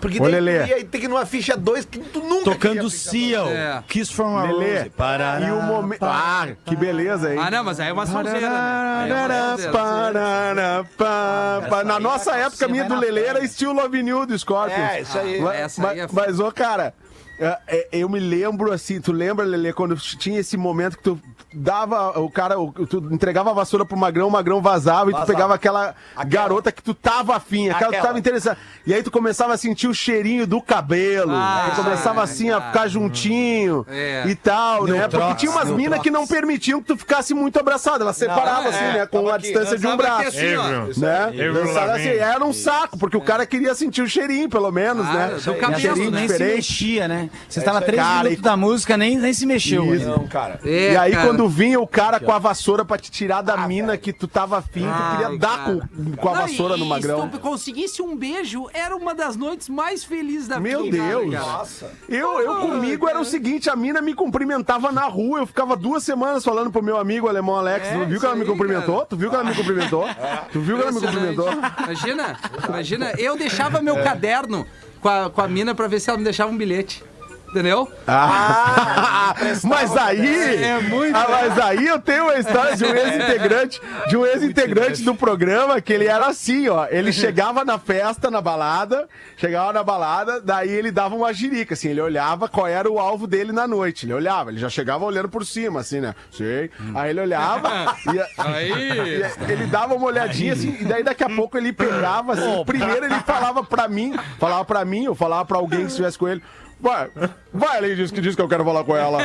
S3: Porque
S5: Ô,
S3: daí tu
S5: Lelê.
S3: ia ter que ir numa ficha 2 que tu nunca
S4: Tocando
S3: queria
S4: Seal,
S2: É.
S4: Kiss from a
S5: Lelê,
S4: Rose. Parará,
S5: e o momento.
S4: pá.
S5: Ah, que beleza, hein?
S2: Ah, não, mas aí é uma sonzeira, né? Aí é uma
S5: Parará,
S2: sonzeira.
S5: parará, pá, pá. Na nossa época, a minha do Lelê era estilo Love New do Scorpions.
S3: É, isso aí.
S5: Ma-
S2: Essa
S5: ma-
S2: aí é foda.
S5: Mas, ô, cara, é, é, eu me lembro assim, tu lembra, Lelê, quando tinha esse momento que tu dava, o cara, o- tu entregava a vassoura pro Magrão, o Magrão vazava, e tu
S3: Vazava.
S5: pegava aquela,
S3: Aquela.
S5: garota que tu tava afim, aquela, que tu
S3: Aquela.
S5: tava interessada. E aí tu começava a sentir o cheirinho do cabelo,
S2: Ah,
S5: tu começava
S2: é,
S5: assim a
S2: cara.
S5: ficar juntinho
S2: É.
S5: e tal, né?
S4: Neutrox,
S5: Porque tinha umas minas que não permitiam que tu ficasse muito abraçado, elas separavam
S3: é,
S5: assim,
S3: é,
S5: né, com
S3: tava
S5: a
S3: aqui,
S5: distância de um
S2: Sabe que
S5: braço
S2: assim, ó,
S6: Evil.
S5: né?
S6: Ele
S5: Dançaram
S6: falou
S5: assim,
S6: bem.
S5: era um saco, porque o cara queria sentir o cheirinho, pelo menos,
S2: Claro,
S5: né?
S2: do
S5: Um
S2: cabelo,
S5: cheirinho
S2: ah, né?
S4: nem se
S5: diferente.
S4: mexia, né? Você tava três
S5: Cara,
S4: minutos da música, nem, nem se mexeu.
S5: Isso.
S4: ainda.
S3: Não, cara.
S2: É,
S5: e aí,
S2: cara. Ah,
S5: quando vinha o cara com a vassoura pra te tirar da mina que tu tava afim, tu
S2: Ai,
S5: queria dar
S2: cara.
S5: com, com a
S2: Não,
S5: vassoura
S2: e-
S5: no
S2: e
S5: magrão.
S2: Se tu conseguisse um beijo, era uma das noites mais felizes da
S5: Meu
S2: vida. né,
S5: Deus.
S2: cara.
S3: Nossa.
S5: Eu, eu comigo era o seguinte, a mina me cumprimentava na rua, eu ficava duas semanas falando pro meu amigo alemão Alex,
S2: É,
S5: tu viu
S2: isso
S5: que ela me
S2: aí,
S5: cumprimentou?
S2: cara.
S5: Tu viu que ela me
S2: [laughs]
S5: cumprimentou? Tu viu que ela me cumprimentou?
S2: Imagina, imagina, eu deixava meu caderno com a, com a mina pra ver se ela me deixava um bilhete. Entendeu?
S5: Ah,
S2: Ah,
S5: [laughs] Mas aí,
S2: É muito- É.
S5: Ah, mas aí eu tenho uma história de um ex-integrante, de um ex-integrante do programa que ele era assim, ó.
S2: Uhum.
S5: Ele chegava na festa, na balada, chegava na balada, daí ele dava uma jirica, assim, ele olhava qual era o alvo dele na noite. Ele olhava, ele já chegava olhando por cima, assim, né? Sei. Aí ele olhava
S2: [laughs]
S5: e,
S2: Hum. Aí.
S5: e ele dava uma olhadinha assim, e daí daqui a pouco ele pegava assim. Primeiro ele falava pra mim, falava pra mim, eu falava pra alguém que estivesse com ele. Vai, vai ali, diz que diz que eu quero falar com
S2: [laughs]
S5: ela.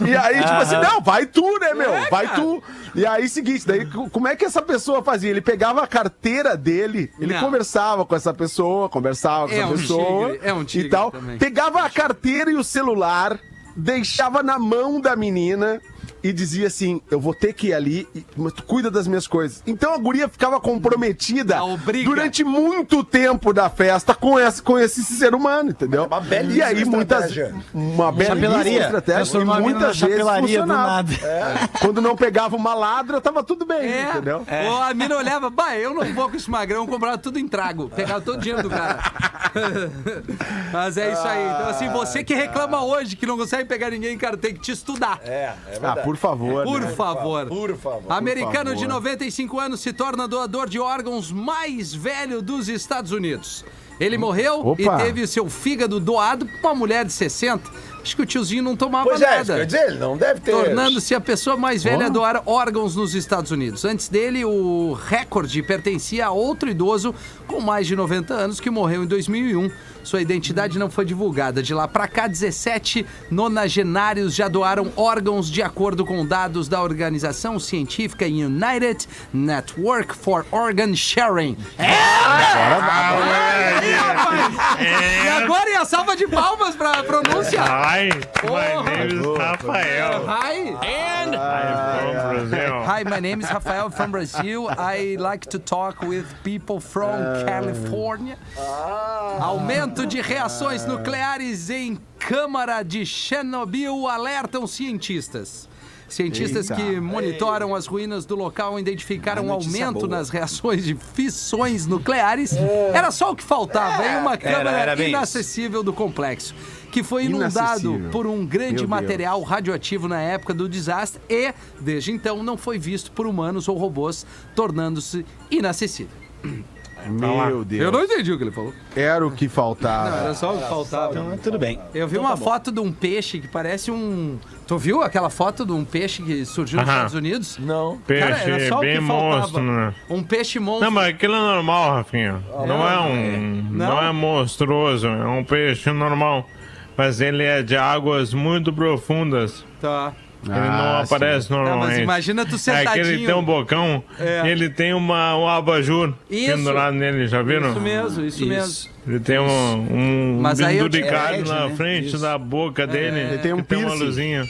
S5: E, e aí, tipo assim, não, vai tu, né, meu?
S2: É,
S5: Vai tu. E aí, seguinte, daí, co- como é que essa pessoa fazia? Ele pegava a carteira dele, ele
S2: Não.
S5: conversava com essa pessoa, conversava com
S2: É
S5: essa
S2: um
S5: pessoa.
S2: tigre, é um tigre
S5: E tal.
S2: também.
S5: Pegava a carteira e o celular, deixava na mão da menina e dizia assim: Eu vou ter que ir ali, e- mas tu cuida das minhas coisas. Então a guria ficava comprometida
S2: Ah, obriga.
S5: durante muito tempo da festa com esse, com esse ser humano, entendeu?
S3: É Uma belíssima
S5: e aí, muitas.
S3: estratégia.
S5: Uma belíssima
S4: Chapelaria.
S5: estratégia. E
S4: Transformou a mina na
S5: muitas vezes
S4: chapelaria do
S5: funcionava. É.
S4: nada.
S5: Quando não pegava uma ladra, tava tudo bem,
S2: É.
S5: entendeu?
S2: Ou a mina olhava, bah, eu não vou com esse magrão, comprava tudo em trago, pegava todo o dinheiro do cara. [laughs] Mas é isso aí. Então, assim, você que reclama hoje que não consegue pegar ninguém, cara, tem que te estudar.
S3: É, é verdade.
S5: Ah, por favor.
S2: Por
S5: né?
S2: favor.
S3: Por favor.
S2: Americano
S5: Por favor.
S2: de 95 anos se torna doador de órgãos mais velho dos Estados Unidos. Ele morreu
S5: Opa.
S2: e teve seu fígado doado pra uma mulher de 60. Acho que o tiozinho não tomava
S3: Pois é, isso
S2: nada.
S3: quer dizer, ele não deve ter.
S2: Tornando-se a pessoa mais velha a doar órgãos nos Estados Unidos. Antes dele, o recorde pertencia a outro idoso com mais de 90 anos que morreu em 2001. Sua identidade não foi divulgada. De lá pra cá, 17 nonagenários já doaram órgãos de acordo com dados da organização científica United Network for Organ Sharing. É!
S6: Ah, moleque.
S2: E agora é a salva de palmas pra pronúncia.
S6: Hi,
S2: Porra.
S6: my name is Rafael.
S2: Hi.
S6: é I'm from Brazil.
S2: Hi, my name is Rafael from Brazil. I like to talk with people from
S4: Ah.
S2: California. Aumento de reações nucleares em Câmara de Chernobyl alertam cientistas. Cientistas que monitoram as ruínas do local identificaram um aumento nas reações de fissões nucleares. Era só o que faltava, em uma câmara
S4: É. era bem isso.
S2: inacessível do complexo, que foi inundado
S5: Inacessível.
S2: por um grande
S5: Meu Deus.
S2: material radioativo na época do desastre e, desde então, não foi visto por humanos ou robôs, tornando-se inacessível.
S5: né?
S4: Tá
S5: Meu Deus.
S2: Eu não entendi o que ele falou.
S5: Era o que
S2: Não,
S5: faltava.
S2: Ah, era só o que faltava.
S4: Então, tudo bem.
S2: Eu vi uma foto de um peixe que parece um. Tu viu aquela foto de um peixe que surgiu nos
S6: Aham.
S2: Estados Unidos?
S3: Não.
S6: Peixe é
S2: era só o que
S6: bem
S2: faltava.
S6: monstro, né?
S2: Um peixe monstro.
S6: Não, mas aquilo é normal, Rafinha. Não é um. Não é monstruoso, é um peixe normal. Mas ele é de águas muito profundas.
S2: Tá.
S6: Ele não
S5: Ah,
S6: aparece
S2: Tá,
S6: normalmente.
S2: mas imagina tu
S6: É
S2: sentadinho.
S6: que ele tem um bocão
S2: É.
S6: e ele tem uma, um abajur
S2: Isso.
S6: pendurado nele, já viram?
S2: Isso mesmo, isso,
S4: Isso.
S2: mesmo.
S6: Ele tem um, um
S2: Mas aí eu-
S6: benduricalho
S4: é LED,
S6: na
S4: né?
S6: frente
S4: Isso.
S2: É.
S6: da boca dele.
S5: Ele tem um
S6: que tem uma
S5: piercing.
S6: luzinha.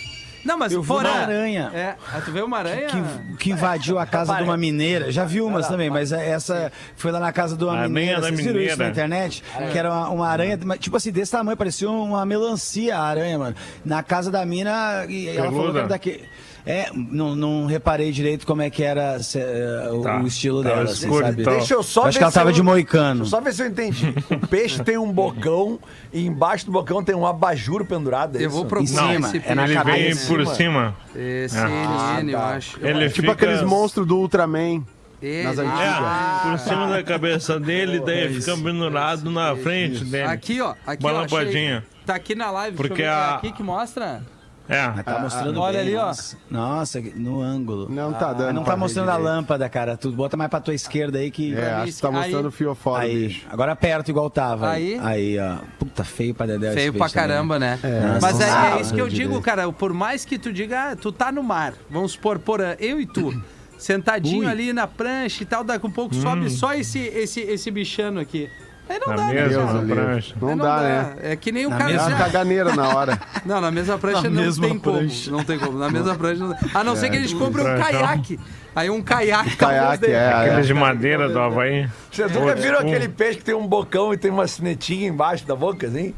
S2: Não, mas
S4: Eu vi uma
S2: Porã,
S4: aranha.
S2: É, ah, tu vê uma aranha?
S4: Que, que invadiu a casa de uma mineira. Já vi umas também, mas essa foi lá na casa de uma
S6: Aranha
S4: mineira.
S6: da
S4: Vocês viram isso
S6: mineira.
S4: na internet? Que era uma, uma aranha, mas, tipo assim, desse tamanho, parecia uma melancia a aranha, mano. Na casa da mina, e ela falou que era
S6: Peluda?
S4: daqui. É, não, não reparei direito como é que era se- eh, o,
S6: Tá.
S4: o estilo
S6: Tava
S4: dela, assim,
S6: escuro,
S4: sabe?
S6: então.
S3: Deixa eu só
S4: Acho que ela
S3: se
S4: tava
S3: eu-
S4: de moicano.
S3: Deixa eu só ver se eu entendi. O peixe tem um bocão e embaixo do bocão tem um abajur pendurado. é
S2: Eu vou
S3: isso?
S4: Em
S2: procurar
S4: cima,
S2: esse
S4: é na
S6: Ele
S4: cabeça.
S6: vem
S4: em
S6: por
S3: cima.
S6: cima.
S2: É
S6: Ah,
S2: CNN, eu
S3: tá.
S2: acho.
S6: Ele
S5: Tipo
S6: fica-
S5: aqueles monstros do Ultraman.
S2: Ele-
S5: nas antigas.
S6: É,
S2: Ah,
S6: por cima da cabeça dele, daí fica pendurado na frente dele.
S2: Aqui, ó. Aqui,
S6: Bola
S2: ó, achei.
S6: podinha.
S2: Tá aqui na live.
S6: Porque
S2: Deixa eu ver.
S6: a-
S2: É aqui que mostra?
S6: É.
S4: Tá mostrando
S2: olha
S4: bem,
S2: ali, ó.
S4: nossa. Nossa, que- no ângulo.
S5: Não tá dando.
S4: Mas não
S5: pra
S4: tá
S5: ver
S4: mostrando a
S5: direito.
S4: lâmpada, cara. Tu bota mais pra tua esquerda aí que.
S5: É, acho que tá
S2: Aí-
S5: mostrando o fio fora,
S4: Aí,
S5: bicho.
S4: agora perto igual tava.
S2: Aí.
S4: Aí. Aí, ó. Puta, feio pra Dedé. esse
S2: Feio
S4: peixe
S2: pra
S4: também.
S2: caramba, né?
S4: É,
S2: Mas
S4: não
S2: é,
S4: dá
S2: é
S4: pra
S2: isso que eu
S4: ver
S2: digo,
S4: direito.
S2: cara. Por mais que tu diga, ah, tu tá no mar. Vamos supor, porã, eu e
S6: [coughs]
S2: tu. Sentadinho ali na prancha e tal, daqui a pouco sobe só esse, esse, esse bichano aqui. Aí não
S6: Hum. Na
S2: dá, né,
S6: mesma
S2: cara?
S5: Deus,
S6: prancha.
S5: Não,
S2: Aí
S5: dá, né?
S2: É que nem o
S4: Na
S2: cara
S5: Dá
S4: mesma
S5: uma
S2: já-
S5: caganeira na hora.
S2: Não, na mesma prancha
S4: Na
S2: não
S4: mesma
S2: tem
S4: prancha.
S2: como. Não tem como. Na mesma prancha não A não ser que
S6: É.
S2: eles comprem um
S6: Prancha.
S2: caiaque. Aí um caiaque. talvez
S5: Caiaque,
S2: dê.
S5: é. é.
S6: Aquele de madeira do Havaí.
S3: Vocês nunca
S6: Old
S3: viram
S6: school.
S3: aquele peixe que tem um bocão e tem uma sinetinha embaixo da boca, assim?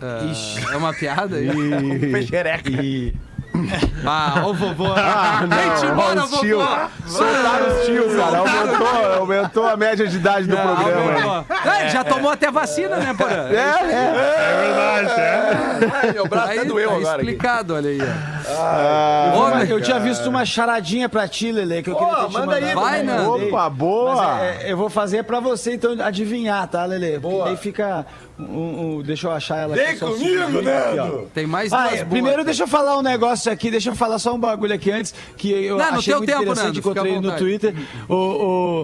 S2: Ah, É uma piada aí.
S5: né?
S3: Um peixe ereca.
S2: Ah, ô vovô. Ah,
S5: Não, ó, os tio. Soltaram os tio, cara. Aumentou, aumentou a média de idade
S3: Ah,
S5: do programa.
S2: É, já tomou até vacina, né, Porã?
S3: [laughs]
S5: É, é.
S6: É verdade, é.
S3: Ai, meu braço
S2: Aí,
S3: até doeu
S2: tá
S3: agora. aqui.
S2: explicado, olha aí. ó.
S4: Ô,
S2: Vai,
S4: eu tinha visto uma charadinha pra ti, Lele, que eu queria ter te
S3: manda aí,
S4: mandado.
S2: Vai,
S4: Mas
S2: Nando.
S4: mandei.
S5: Opa, boa.
S4: Mas é- é- eu vou fazer pra você, então, adivinhar, tá, Lele? Boa. Aí fica. um- um- deixa eu achar ela
S3: Vem
S4: só um
S3: comigo,
S4: segundinho aqui, ó.
S3: Nando!
S2: Tem mais
S4: Ah,
S2: duas
S4: é,
S2: boas.
S4: primeiro deixa eu falar um negócio aqui, deixa eu falar só um bagulho aqui antes, que eu
S2: Não, no
S4: achei
S2: teu
S4: muito
S2: tempo, Nando,
S4: interessante,
S2: fica à
S4: encontrei no
S2: vontade.
S4: Twitter. O,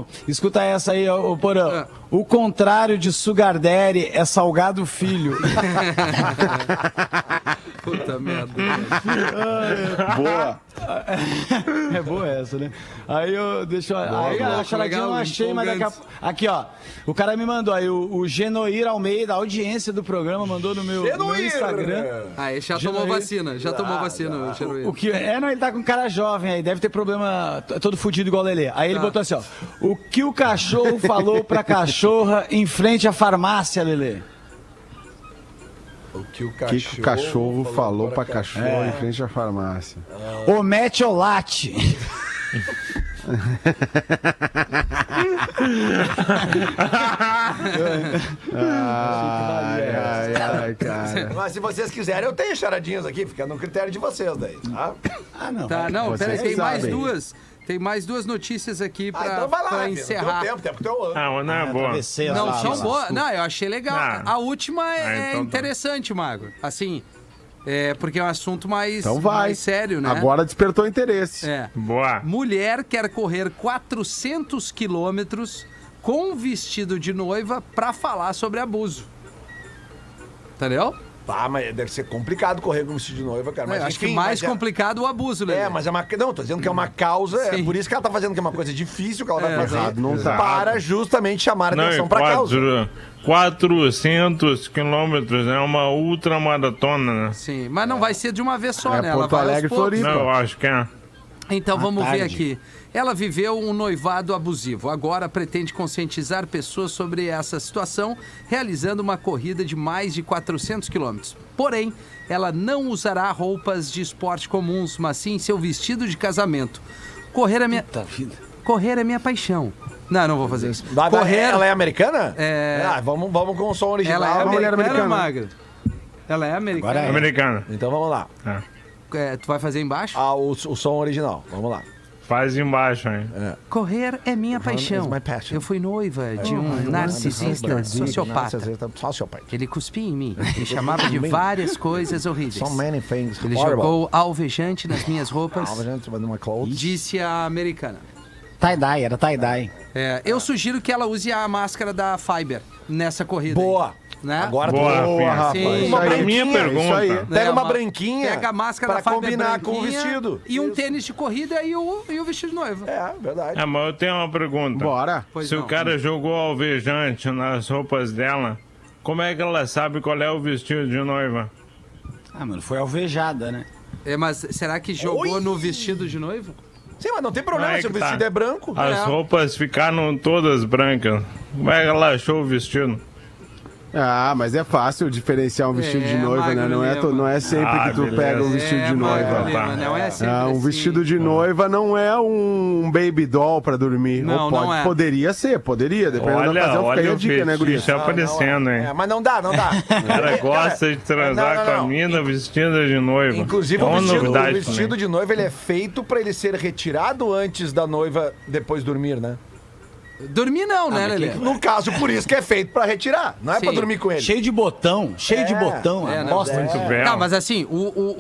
S4: o- escuta essa aí, ô, ô, Porã.
S2: Ah.
S4: O contrário de Sugar Daddy é Salgado
S2: [laughs]
S4: Filho.
S2: Puta merda.
S5: Boa.
S4: é boa essa, né? Aí eu, deixa eu... aí
S2: boa.
S4: a charadinha eu não
S2: Legal,
S4: achei, mas daqui a...
S2: empolgante.
S4: Aqui, ó, o cara me mandou aí, o, o Genoir Almeida, a audiência do programa, mandou no meu, no meu
S3: Genoir!
S4: Instagram.
S2: Aí Ah, já
S4: Já
S2: tomou
S4: aí.
S2: vacina, já tomou vacina, Xeruí.
S4: O que é, não, ele tá com cara jovem aí, deve ter problema t- todo fudido igual o Lelê. Aí ele botou assim, ó. O que o cachorro falou pra cachorra em frente à farmácia, Lelê?
S3: O que o
S5: O que, que o cachorro falou pra cachorro em frente à farmácia?
S4: O mete ou late. [laughs]
S5: Ai, ai, ai, cara.
S3: Mas se vocês quiserem, eu tenho charadinhas aqui, fica no critério de vocês daí, tá?
S4: Ah, não.
S2: Tá, não,
S5: Vocês
S2: peraí, tem mais
S5: sabem.
S2: duas. Tem mais duas notícias aqui
S3: Ah,
S2: pra,
S3: então vai lá,
S2: pra
S3: filho,
S2: encerrar.
S3: Teu tempo, tempo teu ano.
S6: Ah, mas não é boa.
S4: Atravessei a
S2: Não,
S4: sala.
S2: são boas. Não, eu achei legal.
S6: Ah.
S2: A última é,
S6: Ah, então tá.
S2: interessante, Mago. Assim, é porque é um assunto mais,
S5: Então vai.
S2: mais sério, né?
S5: Agora despertou interesse.
S2: É.
S6: Boa.
S2: Mulher quer correr 400 quilômetros com vestido de noiva pra falar sobre abuso. Entendeu?
S3: Pá, mas deve ser complicado correr com um vestido de noiva, cara. Mas
S2: eu acho
S3: enfim,
S2: que mais
S3: mas é-
S2: complicado o abuso, né?
S3: É, mas é uma. Não, tô dizendo que é uma causa. É
S2: Sim.
S3: por isso que ela tá fazendo que é uma coisa difícil que ela vai
S2: É,
S3: fazer.
S5: errado, não tá.
S3: Para justamente chamar a
S6: Não,
S3: atenção
S6: e
S3: é um pra causa.
S6: quatro, 400 quilômetros é uma ultramaratona, né?
S2: Sim, mas não vai ser de uma vez só,
S5: É
S2: né? Ela
S5: Porto
S2: vai aos
S5: Alegre,
S2: poucos.
S5: Floripa.
S6: Não, eu acho que é.
S2: Então vamos ver
S4: tarde.
S2: aqui. Ela viveu um noivado abusivo. Agora pretende conscientizar pessoas sobre essa situação, realizando uma corrida de mais de 400 quilômetros. Porém, ela não usará roupas de esporte comuns, mas sim seu vestido de casamento. Correr é minha, correr é minha paixão. Não, não vou fazer isso.
S3: Vai, vai,
S2: Correr.
S3: Ela é americana?
S2: É.
S3: Ah, vamos, vamos com o som original.
S2: Ela é
S3: Vamos-
S5: mulher
S2: americana,
S5: americana.
S2: magra. Ela é americana.
S4: Agora
S6: Americana.
S3: Então vamos lá.
S2: É, tu vai fazer embaixo?
S3: Ah, o, o som original. Vamos lá.
S6: Faz embaixo, hein?
S2: Correr é minha paixão.
S3: is my passion. É.
S2: Eu fui noiva de um narcisista sociopata.
S3: Sociopata.
S2: Ele cuspia
S3: [laughs]
S2: em mim, me chamava de várias coisas horríveis.
S3: So many things.
S2: Ele
S3: horrible.
S2: jogou alvejante nas minhas roupas,
S3: Ah, mas antes, mas numa clothes.
S2: disse a americana.
S4: Tie-dye, era tie-dye.
S2: É, eu sugiro que ela use a máscara da Fiber nessa corrida. aí,
S3: Boa.
S2: né?
S3: Agora
S6: Boa,
S3: tu-
S5: Boa,
S6: Rafinha. é
S5: rapaz.
S2: Sim.
S5: Isso aí.
S6: Minha
S5: Isso aí.
S6: pergunta.
S3: Pega
S2: É,
S3: uma branquinha
S2: Pega a máscara
S3: pra
S2: da Fiber
S3: combinar com o
S2: branquinha
S3: vestido.
S2: E um
S3: Isso.
S2: tênis de corrida e o, e o vestido de noiva.
S3: É, verdade.
S6: Ah, mas eu tenho uma pergunta.
S5: Bora.
S2: Pois
S6: Se
S2: não.
S6: o cara jogou alvejante nas roupas dela, como é que ela sabe qual é o vestido de noiva?
S4: Ah, mano, foi alvejada, né?
S2: É, mas será que jogou no vestido de noivo?
S3: Sim, mas não tem problema
S6: Não é
S3: se o
S6: que
S3: vestido
S6: tá.
S3: é branco.
S6: As
S3: É.
S6: roupas ficaram todas brancas. Como é que ela achou o vestido?
S5: Ah, mas é fácil diferenciar um vestido
S2: É,
S5: de noiva, né?
S2: Magro
S5: Não é, to-
S2: Lima.
S5: não é sempre
S6: Ah,
S5: que tu
S6: beleza.
S5: pega um
S2: É,
S5: vestido de noiva.
S2: Magro Lima,
S6: tá.
S2: Não é sempre
S5: Ah, um
S2: assim.
S5: vestido de noiva não é um baby doll pra dormir.
S2: Não,
S5: Ou pode-
S2: não é.
S5: Poderia ser, poderia. Dependendo da
S6: Olha,
S5: ocasião, fica aí
S6: olha
S5: a
S6: o
S5: dica, né, guria?
S6: vestido aparecendo, hein?
S3: Ah, É, mas não dá, não dá.
S6: [laughs] O cara gosta de transar
S3: não, não,
S6: com
S3: não.
S6: a mina vestida de noiva.
S3: Inclusive,
S6: é
S3: o
S6: uma
S3: vestido, o
S6: novidade
S3: vestido
S6: também.
S3: de noiva ele é feito pra ele ser retirado antes da noiva depois dormir, né?
S2: Dormir
S5: Ah,
S2: não, né, Lelê?
S3: No caso, por isso que é feito pra retirar. Não é pra
S2: Sim.
S3: dormir com ele.
S4: Cheio de botão, cheio de
S3: É,
S4: botão.
S2: é,
S4: É,
S2: né?
S4: bosta.
S6: Muito belo.
S2: Tá, mas assim, o,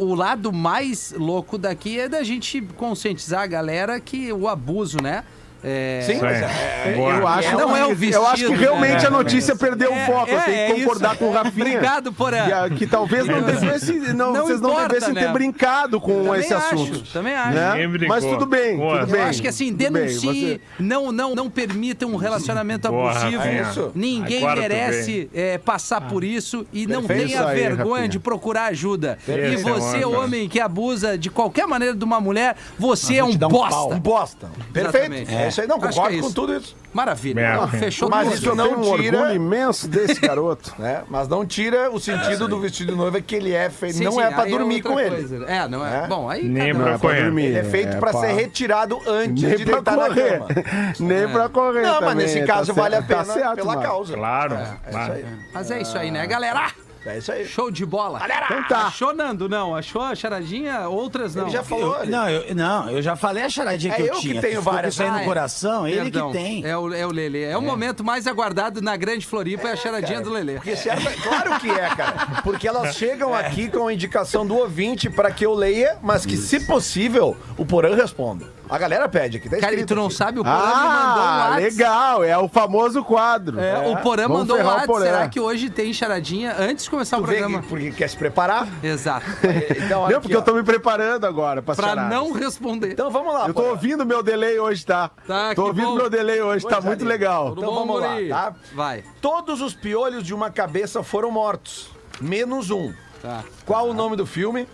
S2: o, o lado mais louco daqui é da gente conscientizar a galera que o abuso, né? É...
S3: Sim, mas é- é-
S6: Boa.
S5: Eu acho,
S2: Não é o
S5: eu acho
S2: vestido,
S5: que realmente
S6: né?
S5: a notícia perdeu
S2: É,
S5: o foco. eu
S2: é,
S5: tenho que
S2: é
S5: concordar
S2: isso.
S5: com o Rafinha.
S2: Obrigado, Porã.
S5: Que, a- que talvez não devesse. Não,
S2: Não
S5: vocês não
S2: importa,
S5: devessem
S2: né?
S5: ter brincado com
S2: Também
S5: esse
S2: acho,
S5: assunto.
S2: também acho.
S5: né?
S6: Ninguém brincou.
S5: Mas tudo bem,
S6: Boa.
S5: tudo
S2: Eu
S5: bem.
S2: acho que assim,
S5: tudo bem,
S2: denuncie,
S5: você-
S2: não, não, não permita um relacionamento
S6: Boa,
S2: abusivo.
S6: Rafinha.
S3: É isso.
S2: Ninguém
S6: Agora tu
S2: merece eh, passar por isso e não
S5: Perfeito.
S2: tenha
S5: Isso aí,
S2: vergonha
S5: Rafinha.
S2: de procurar ajuda. E
S6: Perfeito.
S2: você,
S6: Esse é um
S2: homem que abusa de qualquer maneira de uma mulher, você é um
S4: dá um
S2: bosta.
S4: pau.
S3: Um bosta. Perfeito.
S2: Exatamente.
S3: É. isso aí. Não,
S2: Acho que
S3: concordo
S2: é
S3: com
S2: isso.
S3: tudo isso.
S2: Maravilha.
S6: É,
S2: Ó,
S6: Rafinha.
S2: Fechou
S3: Mas
S2: tudo.
S3: isso
S5: Eu
S3: não
S5: tenho um
S3: tira-
S5: orgulho imenso desse garoto.
S3: Né? Mas não tira o sentido do vestido de noiva que ele é feito.
S2: É Sim,
S3: não
S2: sim,
S3: é pra
S2: aí
S3: dormir
S2: outra
S3: com ele.
S2: coisa. É, não é.
S3: É?
S2: Bom, aí.
S5: né,
S6: Nem
S2: cada um.
S6: pra correr.
S3: Ele é feito pra ser retirado antes
S5: Nem
S3: de
S5: pra
S3: deitar na
S5: correr. [laughs]
S3: cama. É.
S5: Nem pra correr.
S3: Não, mas
S5: também,
S3: nesse
S5: tá
S3: caso vale a
S5: certo,
S3: pena
S5: tá certo,
S3: pela
S5: mano.
S3: causa.
S6: Claro.
S3: É
S6: claro.
S3: isso aí.
S2: Mas é isso aí, né, galera?
S3: É isso aí.
S2: Show de bola. Galera!
S5: Então tá.
S2: Achou, Nando? Não. Achou a charadinha? Outras não.
S3: Ele já falou.
S4: Eu,
S3: ali.
S4: não, eu, não, eu já falei a charadinha
S3: É
S4: que eu,
S3: eu que
S4: tinha.
S3: tenho
S4: ficou com
S3: várias.
S4: Isso aí
S2: Ah,
S4: no
S2: é.
S4: coração, ele
S2: Perdão.
S4: que tem.
S2: É o, é o Lelê. É, o momento mais aguardado na Grande Floripa, é a charadinha do Lelê.
S3: Porque certa- claro que é, cara. Porque elas chegam aqui com a indicação do ouvinte pra que eu leia, mas que, se possível, o Porã responda. A galera pede aqui. Tá
S2: Cara, e
S3: escrito
S2: tu não
S3: aqui.
S2: sabe, o Porã me mandou um
S5: Ah,
S2: WhatsApp.
S5: legal. É o famoso quadro.
S2: É, O Porã
S5: Vamos
S2: mandou um
S5: ferrar o
S2: WhatsApp.
S5: Porã.
S2: Será que hoje tem charadinha antes de começar o
S3: Tu vê que-
S2: programa?
S3: porque quer se preparar.
S2: [laughs] Exato.
S3: Então, olha
S5: Não,
S3: aqui,
S5: porque eu tô
S3: ó.
S5: me preparando agora pra,
S2: pra
S5: chorar.
S2: não responder.
S3: Então vamos lá.
S5: Eu tô
S3: Porã.
S5: ouvindo meu delay hoje, tá?
S2: Tá,
S5: tô
S2: que
S5: ouvindo
S2: bom.
S5: meu delay hoje, tá
S3: Coisa
S5: muito
S3: linda.
S5: legal.
S3: Então vamos lá,
S2: guri.
S3: tá?
S2: Vai.
S3: Todos os piolhos de uma cabeça foram mortos, menos um.
S2: Tá.
S3: Qual o nome do filme?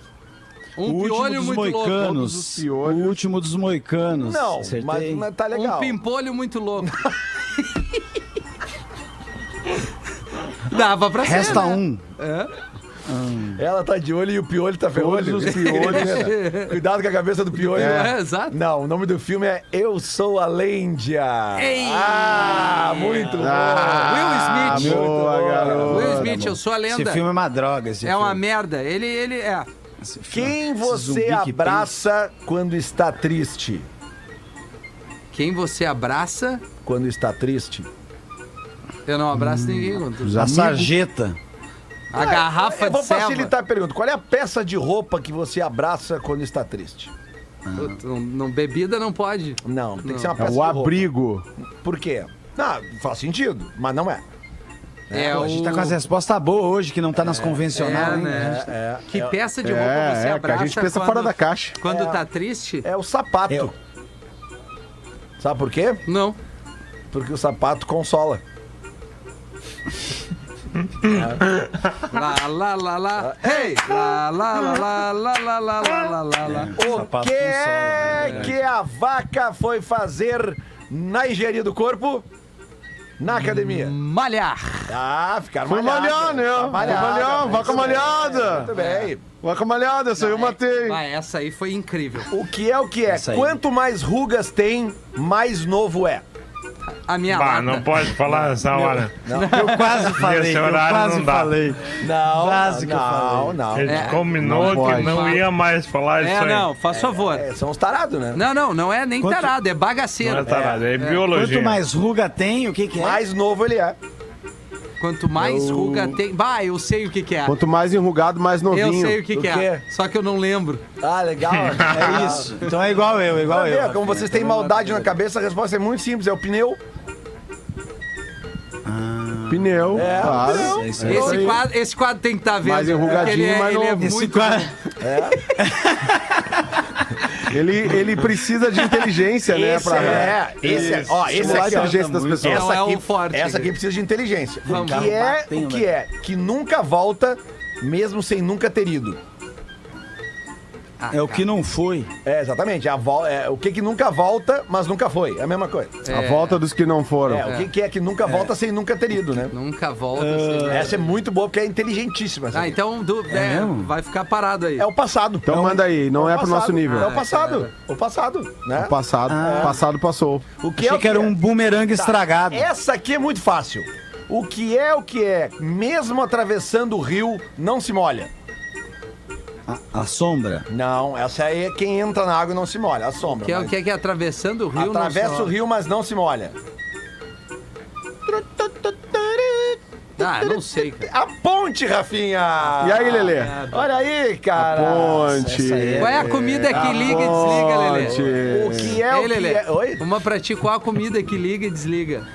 S4: O
S2: Um
S4: último
S2: piolho
S4: dos
S2: muito louco.
S5: todos os
S4: moicanos. O
S5: piolhos.
S4: último dos moicanos.
S3: Não, mas,
S4: Acertei.
S3: mas tá legal.
S2: Um pimpolho muito louco. [laughs] Dava pra ser,
S4: Resta
S2: né?
S4: um.
S3: Ela tá de olho e o piolho tá ferolho.
S5: Todos os piolhos.
S3: [laughs] Cuidado com a cabeça do piolho.
S2: É, exato.
S3: Não, o nome do filme é Eu Sou a Lêndia.
S2: Ei!
S3: Ah, muito
S2: Ah, Will Smith.
S3: muito
S5: Boa,
S3: boa.
S5: garoto.
S2: Will Smith, eu sou a
S4: Esse
S2: lenda.
S4: filme é uma droga. Esse
S2: É uma
S4: filme.
S2: merda. Ele, ele é.
S4: Esse
S3: bom.
S4: filme.
S3: Quem
S4: Esse
S3: você
S4: zumbi que
S3: abraça quando está triste?
S2: Quem você abraça,
S3: Quando está triste?
S2: eu não abraço ninguém. Guto.
S4: pensa. A sarjeta.
S2: A garrafa
S3: Eu vou
S2: de selva.
S3: facilitar a pergunta. Qual é a peça de roupa que você abraça quando está triste?
S2: Puta, não, não- bebida não pode.
S3: Não, tem
S2: Não.
S3: que ser uma
S5: É
S3: peça
S5: o
S3: de roupa.
S5: abrigo.
S3: Por quê? Ah, faz sentido, mas não é.
S2: É,
S4: Pô,
S2: o...
S4: A gente tá com as respostas boas hoje, que não tá nas convencionais.
S2: é,
S4: hein?
S2: né?
S3: É,
S2: Que
S3: é,
S2: peça de
S5: É,
S2: roupa você
S5: é, que a
S2: abraça
S5: gente pensa
S2: quando,
S5: fora da caixa.
S2: quando
S3: É.
S2: tá triste?
S3: é o sapato.
S4: Eu.
S3: Sabe por quê?
S2: Não.
S3: Porque o sapato consola.
S2: Lá, lá, lá, lá. Hey! Lá, lá, lá, lá, lá, lá, lá, lá, lá, lá, lá.
S3: O
S4: sapato
S3: que
S4: consola,
S3: é
S4: né?
S3: que a vaca foi fazer na engenharia do corpo? Na academia.
S2: Malhar.
S3: Ah, ficaram
S5: Foi malhar, né?
S3: Tá
S5: Foi malhar, vaca
S3: Muito
S5: malhada.
S3: bem.
S5: Vaca malhada, essa eu matei.
S2: Ah, essa aí foi incrível.
S3: O que é o que é?
S4: Isso aí.
S3: Quanto mais rugas tem, mais novo é.
S2: A minha
S6: Bah,
S2: lata.
S6: não pode falar nessa hora.
S4: Eu quase falei,
S6: Nesse
S4: eu
S6: horário
S4: quase
S6: não dá.
S4: falei.
S3: Não,
S4: Quase que eu
S3: não,
S4: falei.
S3: não.
S6: Ele
S2: É,
S6: combinou
S5: não
S6: que
S5: pode.
S6: não ia mais falar isso
S2: É,
S6: aí.
S2: não, faz favor.
S3: É, são os tarados, né?
S2: Não, não, não é nem
S4: Quanto-
S2: tarado, é
S6: Não é
S2: bagaceiro.
S6: tarada, é, biologia.
S4: Quanto mais ruga tem, o que que é?
S3: Mais novo ele é.
S2: Quanto mais ruga tem. Bah, eu sei o que, que é.
S5: Quanto mais enrugado, mais novinho.
S2: Eu sei o que,
S3: O
S2: que é.
S3: quê?
S2: Só que eu não lembro.
S3: Ah, legal.
S4: É
S3: [laughs] É isso.
S4: isso. Então é igual eu, igual
S3: Pra ver,
S4: eu.
S3: como vocês têm maldade na cabeça, a resposta é muito simples. É o pneu.
S5: Pneu,
S3: É,
S5: claro.
S3: pneu.
S5: É isso aí.
S2: Esse quadro, esse quadro tem que estar vendo.
S5: Mais enrugadinho,
S2: porque ele é,
S5: mais
S2: ele é
S5: novo.
S4: Esse
S2: muito.
S4: quadro-
S5: Ele, ele precisa de inteligência, né?
S3: Esse
S5: Pra
S3: é, esse é, ó, esse
S5: estimular a
S3: aqui, ó.
S5: inteligência das
S4: Muito.
S5: pessoas.
S2: Não é
S3: aqui,
S2: o forte,
S3: essa aqui
S2: querido.
S3: precisa de inteligência.
S2: Vamos.
S3: O que é,
S4: Tem
S3: o
S4: um
S3: que é, que nunca volta, mesmo sem nunca ter ido.
S4: É o que não foi.
S3: É, exatamente. É, a vol- é o que, que nunca volta, mas nunca foi. É a mesma coisa.
S5: A volta dos que não foram.
S3: É, o que, que é que nunca volta sem nunca ter ido, né?
S2: Nunca volta. assim.
S3: Essa é muito boa porque é inteligentíssima. essa
S2: Ah,
S3: aqui.
S2: então du- é,
S4: mesmo?
S2: vai ficar parado aí.
S3: É o passado.
S5: Então manda aí, não é pro nosso nível.
S3: É o passado. O passado, né?
S5: O passado, passado passou.
S3: O que é
S4: Achei
S3: o
S4: que era um bumerangue estragado.
S3: Essa aqui é muito fácil. O que é o que é, mesmo atravessando o rio, não se molha.
S4: A sombra.
S3: Não, essa aí é quem entra na água e não se molha, a sombra.
S2: Que é o
S3: mas
S2: que é que é atravessando o rio? não
S3: Atravessa
S2: só.
S3: o rio, mas não se molha.
S2: Ah, não sei, cara.
S3: A ponte, Rafinha!
S5: E aí, Lelê? Ah,
S3: Olha Ah, aí, cara.
S5: Ponte.
S2: Qual é a comida que liga e desliga, Lelê?
S3: O
S5: Ponte.
S3: que é
S2: Ei,
S3: o que
S2: Lelê,
S3: é... Oi?
S2: uma pra ti, qual a comida que liga e desliga?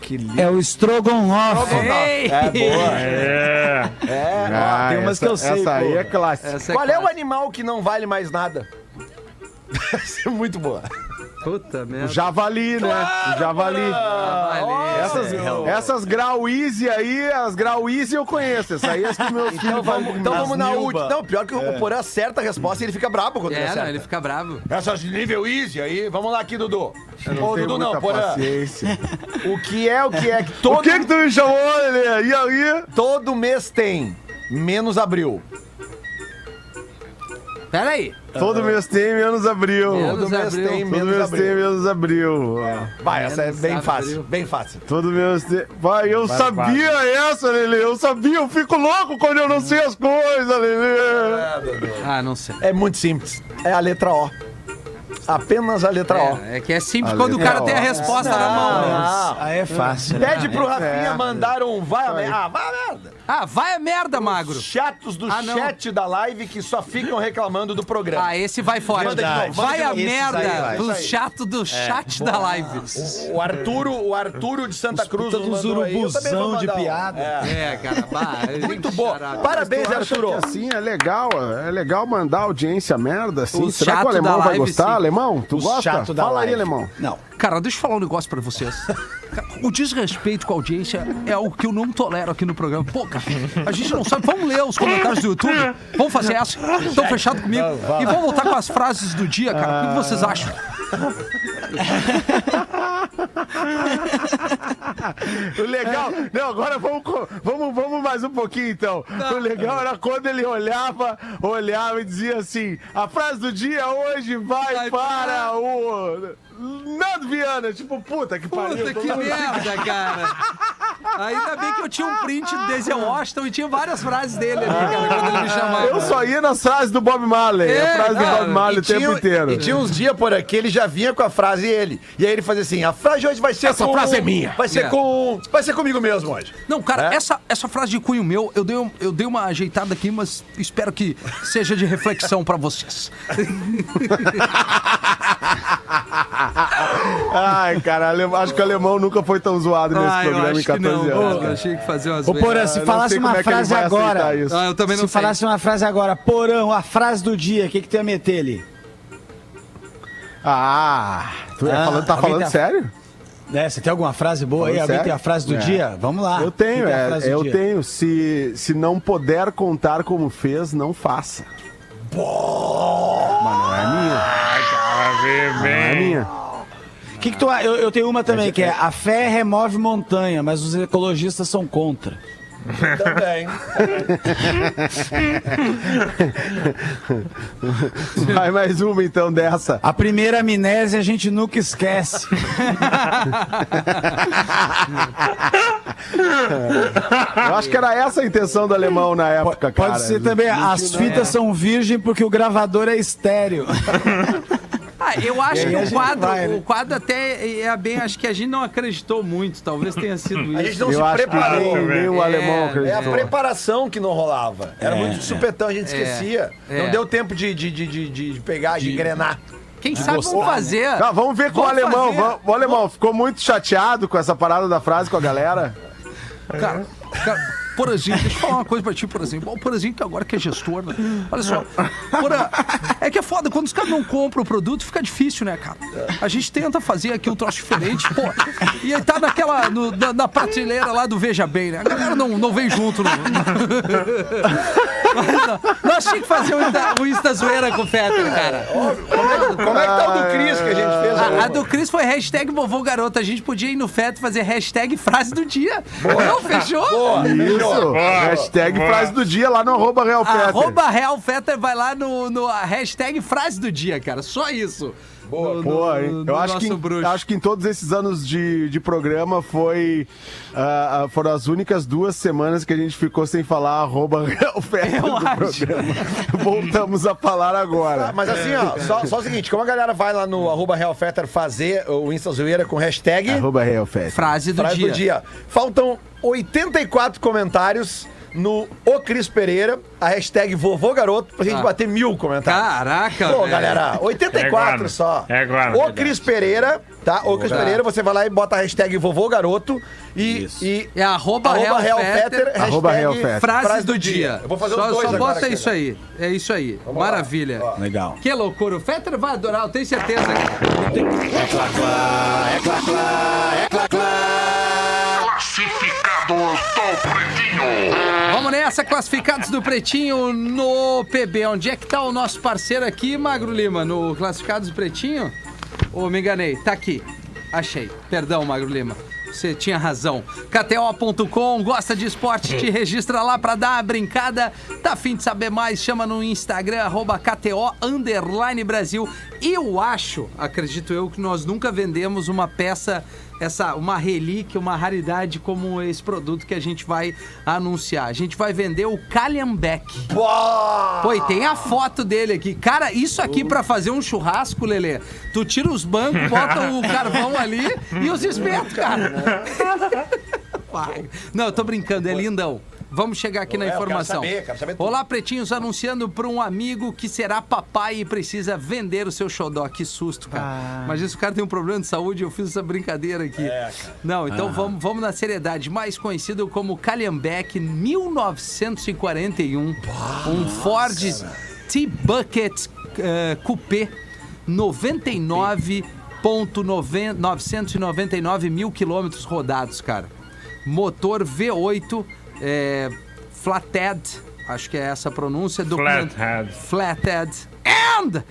S3: Que lindo.
S4: É o Strogonoff.
S2: Ei!
S3: É boa.
S6: É.
S3: É.
S5: Ah,
S4: tem umas que eu
S5: essa-
S4: sei,
S5: Essa aí
S4: pô.
S5: é clássica.
S2: Essa
S3: Qual é o
S2: clássica.
S3: animal que não vale mais nada? Essa é muito boa.
S2: Puta merda.
S5: Javali, né? Javali.
S2: Ah, valeu.
S4: É,
S5: Essas, essas grau easy aí, as grau easy eu conheço. Essa aí é as que meus filhos
S3: Vamos-
S5: fazem.
S3: então vamos na
S4: Nilba.
S3: última. Não, pior que o Porã acerta a resposta e ele fica brabo quando ele
S2: É,
S3: acerta.
S2: não, ele fica bravo.
S3: Essas de nível easy aí, vamos lá aqui, Dudu. Ô,
S5: tenho
S3: Dudu não,
S5: muita
S3: Porã.
S5: paciência.
S3: O que é o que é que
S5: O
S3: todo,
S5: que que tu me chamou, Lelê? E aí?
S3: todo mês tem? Menos abril.
S2: Pera aí.
S5: Todo mês tem, menos abril.
S2: Menos
S3: Todo mês
S2: abril.
S3: tem,
S5: Todo
S3: Ah. menos
S5: mês tem,
S3: abril.
S5: menos abril.
S3: Vai, essa é
S2: Menos
S3: bem
S2: abril.
S3: fácil, bem fácil.
S5: Todo mês tem. Vai, eu sabia essa, Lelê. Eu sabia, eu fico louco quando eu não sei as coisas, Lelê.
S2: Ah, não sei.
S3: É muito simples. É a letra O. Apenas a letra O.
S2: É, é que é simples
S5: A
S2: quando o
S5: letra
S2: cara tem a
S5: O.
S2: resposta na mão. né?
S3: Ah,
S4: Aí é fácil. né?
S3: Pede pro Rafinha
S5: É.
S3: mandar um vai a merda. Ah, vai a merda.
S2: Ah, vai a merda, magro.
S3: Chatos do
S2: Ah, não.
S3: chat da live que só ficam reclamando do programa.
S2: Ah, esse vai fora.
S3: Manda de novo, manda
S2: Vai
S3: de
S2: a
S3: novo. Esses
S2: merda
S3: aí, É,
S2: do
S3: vai.
S2: chato do chat da live.
S3: O Arturo, o Arturo de Santa Cruz.
S4: puta
S3: nos
S4: dos
S3: mandou aí. Eu também vou
S4: urubuzão de
S3: mandar um.
S4: piada.
S3: É.
S2: É, cara, [laughs] bah,
S3: Muito bom.
S2: Xará.
S3: Parabéns,
S5: Tu acha
S3: Arturo.
S5: que assim é legal, é legal mandar a audiência merda assim.
S2: Os
S5: Será que
S2: chato
S5: o alemão
S2: da
S5: vai
S2: live,
S5: gostar?
S2: sim.
S5: Alemão, tu
S4: Os
S5: gosta?
S4: É chato da
S5: Fala aí,
S4: live.
S5: alemão.
S4: Não.
S2: Cara, deixa eu falar um negócio pra vocês. Cara, O desrespeito com a audiência é o que eu não tolero aqui no programa. Pô, cara, a gente não sabe. Vamos ler os comentários do YouTube. Vamos fazer essa. Estão fechados comigo. E vamos voltar com as frases do dia, cara. O que vocês acham?
S5: O legal. Não, agora vamos, co- vamos, vamos mais um pouquinho então. O legal era quando ele olhava, olhava e dizia assim: a frase do dia hoje vai,
S2: Vai
S5: para o. Nando Viana, tipo, puta que pariu.
S2: Puta
S5: tô
S2: que
S5: lá-
S2: merda, cara. Ainda bem que eu tinha um print do Denzel Washington e tinha várias frases dele ali, cara, quando ele me chamava.
S5: Eu só ia nas frases do Bob Marley.
S2: É,
S5: a frase
S2: cara, um-
S5: do Bob Marley o
S3: E tinha- um-
S5: tempo inteiro.
S3: E tinha uns dias por aqui, ele já vinha com a frase ele. E aí ele fazia assim: a frase hoje vai ser. um,
S5: Essa frase é minha.
S3: Vai ser
S2: É.
S3: com. um, Vai ser comigo
S5: [laughs]
S3: mesmo hoje.
S2: Não, cara,
S3: É?
S2: essa, essa frase de cunho meu, eu dei, um- eu dei uma ajeitada aqui, mas espero que seja de reflexão pra vocês.
S5: Ai, cara, ale- acho que o alemão nunca foi tão zoado nesse
S2: Ah, um- eu
S5: programa em
S2: acho que
S5: 14
S2: não,
S5: anos.
S2: cara.
S5: cara.
S2: Eu achei que fazia umas
S4: Ô,
S2: vezes.
S4: Porã,
S5: Eu
S4: se
S5: não
S4: falasse
S5: sei
S4: uma
S5: como é que ele
S4: frase
S5: vai aceitar
S4: agora.
S5: isso.
S2: Ah, eu também não
S4: se
S2: sei.
S4: falasse uma frase agora, porão, a frase do dia, o que, que tu ia meter ali?
S5: Ah, tu é
S4: Ah,
S5: falando, tá
S4: alguém
S5: falando
S4: tá-
S5: sério?
S4: Né, você tem alguma frase boa aí?
S5: Falando
S4: Alguém
S5: sério?
S4: tem a frase do
S5: É.
S4: dia? Vamos lá.
S5: Eu tenho,
S4: Quem tem Ah, a
S5: é,
S4: frase do
S5: eu
S4: dia?
S5: tenho. Se, se não puder contar como fez, não
S4: [laughs]
S5: faça. Mas não é minha,
S6: Cara,
S5: não é
S6: bem.
S5: minha.
S4: Que que tu, a- eu, eu tenho uma também, que é a fé remove montanha, mas os ecologistas são contra.
S3: Também.
S5: Vai mais uma então dessa.
S4: A primeira amnésia a gente
S5: [laughs]
S4: nunca esquece.
S5: Eu acho que era essa a intenção do alemão na
S4: Po-
S5: época, cara. né?
S4: Pode ser também, as fitas são virgem porque o gravador
S5: [laughs]
S4: é estéreo.
S2: Ah, eu acho
S4: E aí
S2: que
S4: a
S2: o
S4: gente
S2: quadro,
S4: vai, né?
S2: o quadro até é bem, acho que a gente não acreditou muito, talvez tenha sido
S3: A
S2: isso.
S3: gente não
S5: Eu
S3: se
S5: acho que
S3: preparou.
S5: nem, nem o
S2: É,
S5: alemão
S3: É a
S5: acreditou.
S3: preparação que não rolava. Era muito de supetão, a gente esquecia.
S2: é.
S3: Não deu tempo de, de, de, de, de pegar, de, né? engrenar.
S2: Quem sabe vamos
S4: gostar,
S2: fazer.
S5: Tá, vamos ver com o
S2: Vamos
S5: alemão.
S2: fazer.
S5: Vamos, o alemão ficou muito chateado com essa parada da frase com a galera.
S2: Cara, cara, Porazinho, deixa eu falar uma coisa pra ti, Porazinho. Bom, o Porazinho que agora que é gestor, né? Olha só. Porã, é que é foda, quando os caras não compram o produto, fica difícil, né, cara? A gente tenta fazer aqui um troço diferente, pô. E aí tá naquela, no- na, na prateleira lá do Veja Bem, né? A galera não, não vem junto, não. Mas não. Nós tínhamos que fazer o Insta, o Insta zoeira com o Fetter, cara.
S3: Como é que tá o do Cris que a gente fez?
S2: A, a
S3: agora?
S2: do Cris foi hashtag vovô garoto. A gente podia ir no Feto fazer hashtag frase do dia. Não, fechou?
S3: Boa, melhor.
S5: Isso.
S6: Boa.
S5: Hashtag
S6: Boa.
S5: frase do dia lá no arroba Real Fetter.
S2: Arroba Real Fetter, vai lá no, no a hashtag frase do dia, cara. Só isso. Boa,
S5: Pô, hein? eu acho que, em, acho que em todos esses anos de, de programa foi ah, ah, foram as únicas duas semanas que a gente ficou sem falar arroba Real Fetter
S2: Eu
S5: do
S2: acho.
S5: programa. [laughs] Voltamos a falar agora.
S3: Mas assim, ó, só, só o seguinte, como a galera vai lá no arroba RealFetter fazer o Insta Zoeira com hashtag
S5: Arroba Real Fetter.
S2: Frase do
S3: frase
S2: dia.
S3: do dia. Faltam 84 comentários no O Cris Pereira, a hashtag vovô garoto, pra gente bater mil comentários. Pô,
S2: Caraca, Ah. velho. né?
S3: galera, 84
S6: É
S3: só.
S6: claro, é claro.
S3: O Cris Pereira, tá? O Cris Pereira, você vai lá e bota a hashtag vovô garoto e... e
S2: É arroba,
S3: arroba Real
S2: Real, Fetter,
S3: Fetter, hashtag
S5: Arroba Real Fetter.
S2: Frase, do dia.
S3: Eu vou fazer
S2: só,
S3: os dois
S2: Só
S3: agora,
S2: bota
S3: cara.
S2: isso aí. É isso aí.
S3: lá.
S2: Maravilha.
S4: Legal.
S2: Que loucura. O Fetter vai adorar, eu tenho certeza. cara.
S7: Classificados do Pretinho.
S2: Vamos nessa, classificados do Pretinho no PB. Onde é que tá o nosso parceiro aqui, Magro Lima? No classificados do Pretinho? Ou me enganei? Tá aqui. Achei. Perdão, Magro Lima. Você tinha razão. KTO.com, gosta de esporte, te registra lá pra dar a brincada. Tá afim de saber mais? Chama no Instagram, arroba KTO Underline Brasil. Eu acho, acredito eu, que nós nunca vendemos uma peça, essa, uma relíquia, uma raridade como esse produto que a gente vai anunciar. A gente vai vender o Calhambeck. Pô, e tem a foto dele aqui. Cara, isso aqui pra fazer um churrasco, Lelê, tu tira os bancos, bota o carvão ali e os espetos, cara. Vai. Não, eu tô brincando, é lindão. Vamos chegar aqui na
S3: É, eu quero
S2: informação.
S3: saber, quero saber tudo.
S2: Olá, pretinhos, anunciando pra um amigo que será papai e precisa vender o seu xodó. Que susto, cara. Mas isso, o cara tem um problema de saúde, eu fiz essa brincadeira aqui.
S3: É,
S2: Não, então vamos, vamos na seriedade. Mais conhecido como Calhambeck 1941. um Ford T-Bucket eh, Coupé 99.999 mil quilômetros rodados, cara motor V8 é, Flathead, acho que é essa a pronúncia.
S6: Flathead.
S2: Flathead. And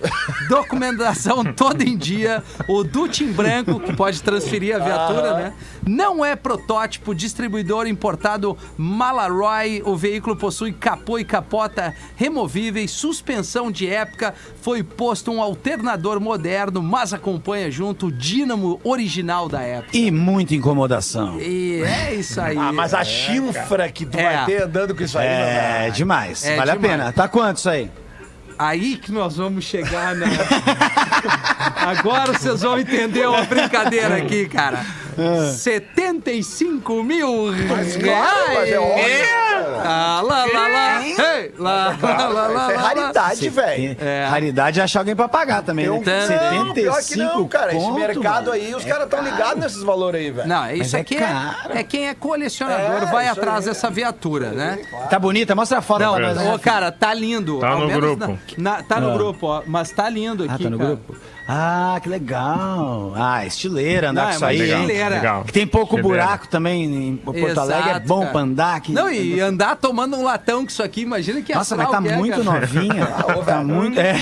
S2: documentação [laughs] todo em dia, o Dutin branco, que pode transferir a
S3: Ah.
S2: viatura, né? Não é protótipo, distribuidor importado Malaroy. O veículo possui capô e capota removíveis, suspensão de época, foi posto um alternador moderno, mas acompanha junto o dínamo original da época.
S4: E muita incomodação.
S2: E é isso aí.
S3: Ah, mas a chinfra que tu
S2: É.
S3: vai ter andando com isso aí, não dá.
S4: É demais.
S2: É
S4: vale
S2: demais.
S4: a pena. Tá quanto isso aí?
S2: Aí que nós vamos chegar na. [laughs] Agora vocês vão entender uma brincadeira aqui, cara. 75 mil reais.
S3: claro, mas é óbvio,
S2: Ah, lá, lá, lá.
S4: É.
S2: Ei, lá, lá, lá, lá,
S3: Isso é
S2: lá.
S3: raridade, velho.
S2: É.
S4: Raridade é achar alguém pra pagar também. né?
S2: Então-
S3: um Não, pior que não, cara. Esse
S4: conto,
S3: mercado
S4: mano.
S3: aí, os caras estão ligados nesses valores aí, velho.
S2: Não, isso
S4: é
S2: aqui
S4: caro.
S2: é, é quem é colecionador,
S3: É,
S2: vai
S3: isso
S2: atrás
S3: aí.
S2: dessa viatura, né?
S4: Tá bonita? Mostra a foto.
S2: Não,
S4: pra nós, né,
S2: ô, cara, tá lindo.
S6: Tá
S2: Ao
S6: no
S2: menos
S6: grupo.
S2: na- na- tá no
S4: Ah.
S2: grupo, ó. Mas tá lindo aqui.
S4: Ah, tá no
S2: cara.
S4: grupo? Ah, que legal. Ah, estileira andar
S2: Não, é
S4: com isso
S2: uma
S4: aí,
S6: legal,
S4: hein?
S2: estileira.
S6: legal.
S4: Que tem pouco
S6: Estileira.
S4: buraco também em Porto
S2: Exato,
S4: Alegre. É bom
S2: cara.
S4: pra andar. Que...
S2: Não, e andar tomando um latão com isso aqui, imagina que
S4: Nossa, mas
S2: astral
S4: tá
S2: que é,
S4: muito
S2: cara. [laughs]
S4: novinha. tá muito. É,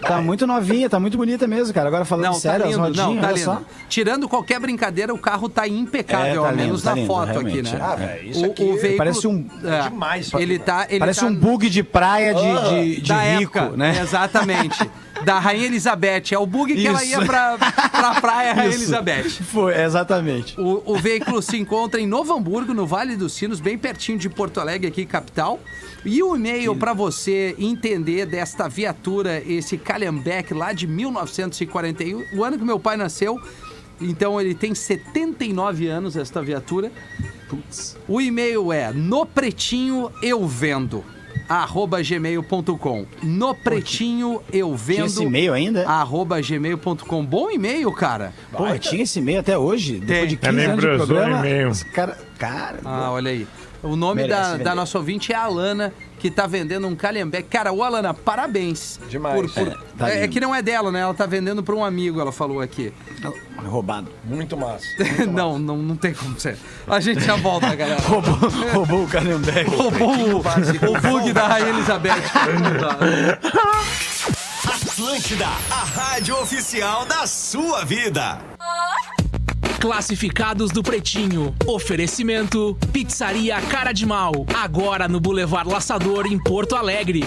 S4: tá muito novinha, tá muito bonita mesmo, cara. Agora falando
S2: Não,
S4: sério,
S2: tá lindo,
S4: as
S2: não,
S4: rodinhas,
S2: tá
S4: olha
S2: lindo.
S4: só.
S2: Tirando qualquer brincadeira, o carro tá impecável,
S4: É, tá
S2: ao
S4: lindo,
S2: menos
S4: tá
S2: na
S4: lindo,
S2: foto aqui,
S4: realmente,
S2: né?
S4: é. Ah, velho,
S3: isso aqui
S4: parece um-
S2: é,
S3: demais isso aqui,
S2: Ele tá, ele
S4: Parece
S2: tá
S4: um bug de praia de,
S3: Ah,
S4: de, de
S2: da
S4: rico,
S2: época,
S4: né? [laughs]
S2: Exatamente. Da Rainha Elizabeth. É o bug que ela
S4: Isso.
S2: ia pra, pra praia Rainha
S4: Isso.
S2: é Elizabeth.
S4: Foi, exatamente.
S2: O, o veículo se encontra em Novo Hamburgo, no Vale dos Sinos, bem pertinho de Porto Alegre, aqui, capital. E o e-mail para você entender desta viatura, esse Calhambeck lá de 1941, o ano que meu pai nasceu. Então ele tem 79 anos, esta viatura. O e-mail é no pretinho eu vendo arroba gmail.com no pretinho eu
S4: Tinha
S2: vendo
S4: esse e-mail ainda?
S2: arroba gmail.com bom e-mail cara
S4: Pô, tinha esse e-mail até hoje, depois de
S6: Ela
S4: 15 anos de
S6: embrasou o
S4: programa.
S6: e-mail.
S4: esse Cara, cara,
S2: ah olha aí O nome
S4: Merece
S2: da,
S4: vender.
S2: da nossa ouvinte é a Alana, que tá vendendo um calhambeque. Cara, ô Alana, parabéns.
S3: Demais.
S2: Por- por-
S4: É, tá
S2: é, é
S4: lindo.
S2: que não é dela, né? Ela tá vendendo pra um amigo, ela falou aqui.
S4: Roubado.
S8: [laughs]
S3: Muito massa.
S2: [laughs] não, não, não tem como ser. A gente já volta,
S4: [laughs]
S2: galera.
S4: Roubou, roubou o Calhambeque.
S2: Roubou o, o bug da Rainha Elizabeth.
S9: Atlântida, a rádio oficial da sua vida.
S10: Classificados do Pretinho. Oferecimento: Pizzaria Cara de Mal. Agora no Boulevard Laçador, em Porto Alegre.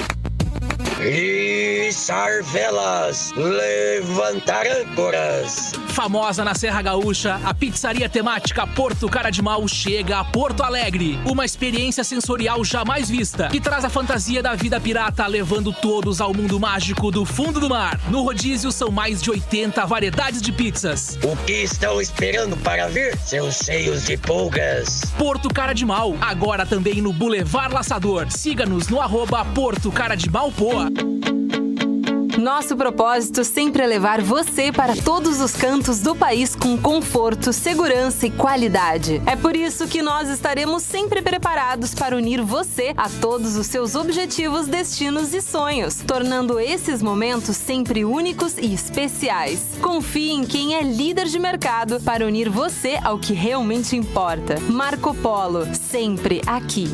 S8: E sarvelas, levantar âncoras.
S10: Famosa na Serra Gaúcha, a pizzaria temática Porto Cara de Mal chega a Porto Alegre. Uma experiência sensorial jamais vista, que traz a fantasia da vida pirata, levando todos ao mundo mágico do fundo do mar. No rodízio são mais de 80 variedades de pizzas.
S8: O que estão esperando para ver seus cheios de pulgas?
S10: Porto Cara de Mal, agora também no Boulevard Laçador. Siga-nos no arroba Porto Cara de Mal Poa.
S11: Nosso propósito sempre é levar você para todos os cantos do país com conforto, segurança e qualidade. É por isso que nós estaremos sempre preparados para unir você a todos os seus objetivos, destinos e sonhos, tornando esses momentos sempre únicos e especiais. Confie em quem é líder de mercado para unir você ao que realmente importa. Marco Polo, sempre aqui.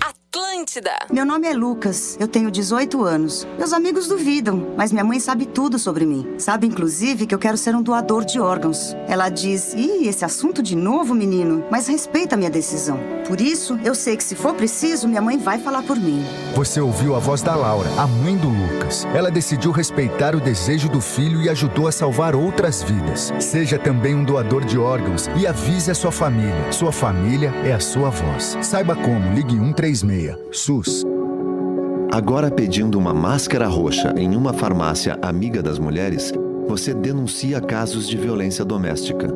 S11: Atlântida.
S8: Meu nome é Lucas, eu tenho 18 anos. Meus amigos duvidam, mas minha mãe sabe tudo sobre mim. Sabe, inclusive, que eu quero ser um doador de órgãos. Ela diz: Ih, esse assunto de novo, menino, mas respeita a minha decisão. Por isso, eu sei que se for preciso, minha mãe vai falar por mim.
S9: Você ouviu a voz da Laura, a mãe do Lucas. Ela decidiu respeitar o desejo do filho e ajudou a salvar outras vidas. Seja também um doador de órgãos e avise a sua família. Sua família é a sua voz. Saiba como, ligue 136. SUS.
S8: Agora, pedindo uma máscara roxa em uma farmácia amiga das mulheres, você denuncia casos de violência doméstica.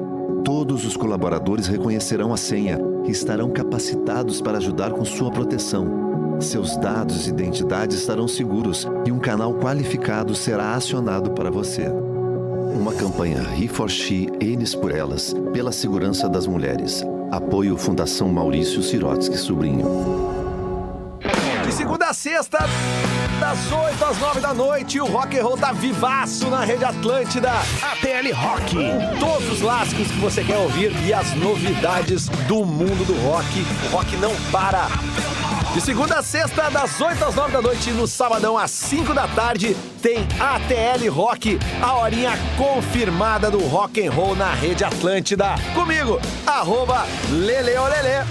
S8: Todos os colaboradores reconhecerão a senha e estarão capacitados para ajudar com sua proteção. Seus dados e identidade estarão seguros e um canal qualificado será acionado para você. Uma campanha He for She, Eles por Elas, pela segurança das mulheres. Apoio Fundação Maurício Sirotsky Sobrinho.
S3: De segunda a sexta, das 8 às 9 da noite, o rock and roll tá vivaço na Rede Atlântida. ATL Rock. Com todos os lascos que você quer ouvir e as novidades do mundo do rock. O rock não para. De segunda a sexta, das 8 às 9 da noite, no sabadão às 5 da tarde, tem ATL Rock, a horinha confirmada do rock and roll na Rede Atlântida. Comigo, arroba Leleolele.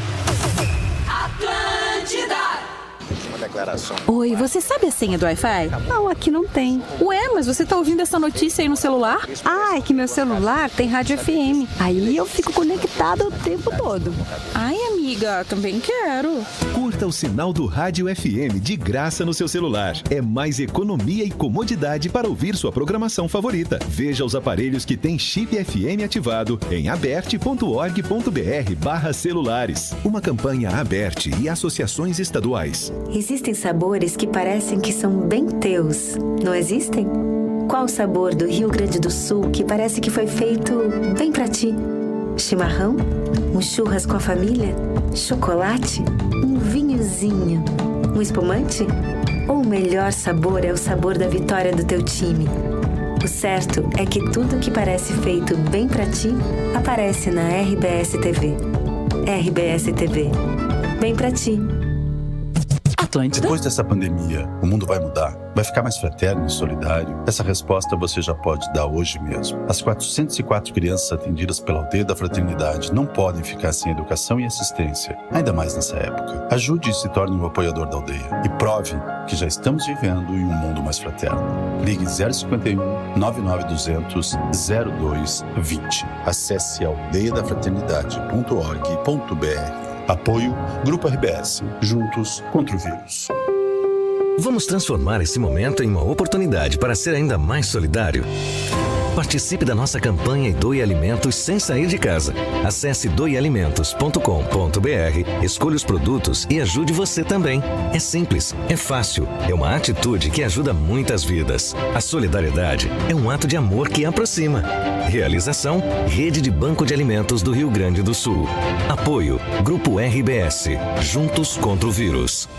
S11: Oi, você sabe a senha do Wi-Fi? Não, aqui não tem. Ué, mas você tá ouvindo essa notícia aí no celular? Ah, é que meu celular tem rádio FM. Aí eu fico conectada o tempo todo. Ai, amiga, também quero.
S9: Curta o sinal do Rádio FM de graça no seu celular. É mais economia e comodidade para ouvir sua programação favorita. Veja os aparelhos que têm chip FM ativado em aberte.org.br barra celulares. Uma campanha aberte e associações estaduais.
S8: Existem sabores que parecem que são bem teus, não existem? Qual o sabor do Rio Grande do Sul que parece que foi feito bem pra ti? Chimarrão? Um churras com a família? Chocolate? Um vinhozinho? Um espumante? Ou o melhor sabor é o sabor da vitória do teu time? O certo é que tudo que parece feito bem pra ti aparece na RBS TV. RBS TV. Bem pra ti.
S10: Atlântida.
S9: Depois dessa pandemia, o mundo vai mudar. Vai ficar mais fraterno e solidário? Essa resposta você já pode dar hoje mesmo. As 404 crianças atendidas pela aldeia da fraternidade não podem ficar sem educação e assistência, ainda mais nessa época. Ajude e se torne um apoiador da aldeia. E prove que já estamos vivendo em um mundo mais fraterno. Ligue 051 99200 0220. Acesse aldeiadafraternidade.org.br. Apoio Grupo RBS. Juntos contra o vírus.
S8: Vamos transformar esse momento em uma oportunidade para ser ainda mais solidário.
S12: Participe da nossa campanha e doe alimentos sem sair de casa. Acesse doealimentos.com.br, escolha os produtos e ajude você também. É simples, é fácil, é uma atitude que ajuda muitas vidas. A solidariedade é um ato de amor que aproxima. Realização: Rede de Banco de Alimentos do Rio Grande do Sul. Apoio: Grupo RBS. Juntos contra o vírus.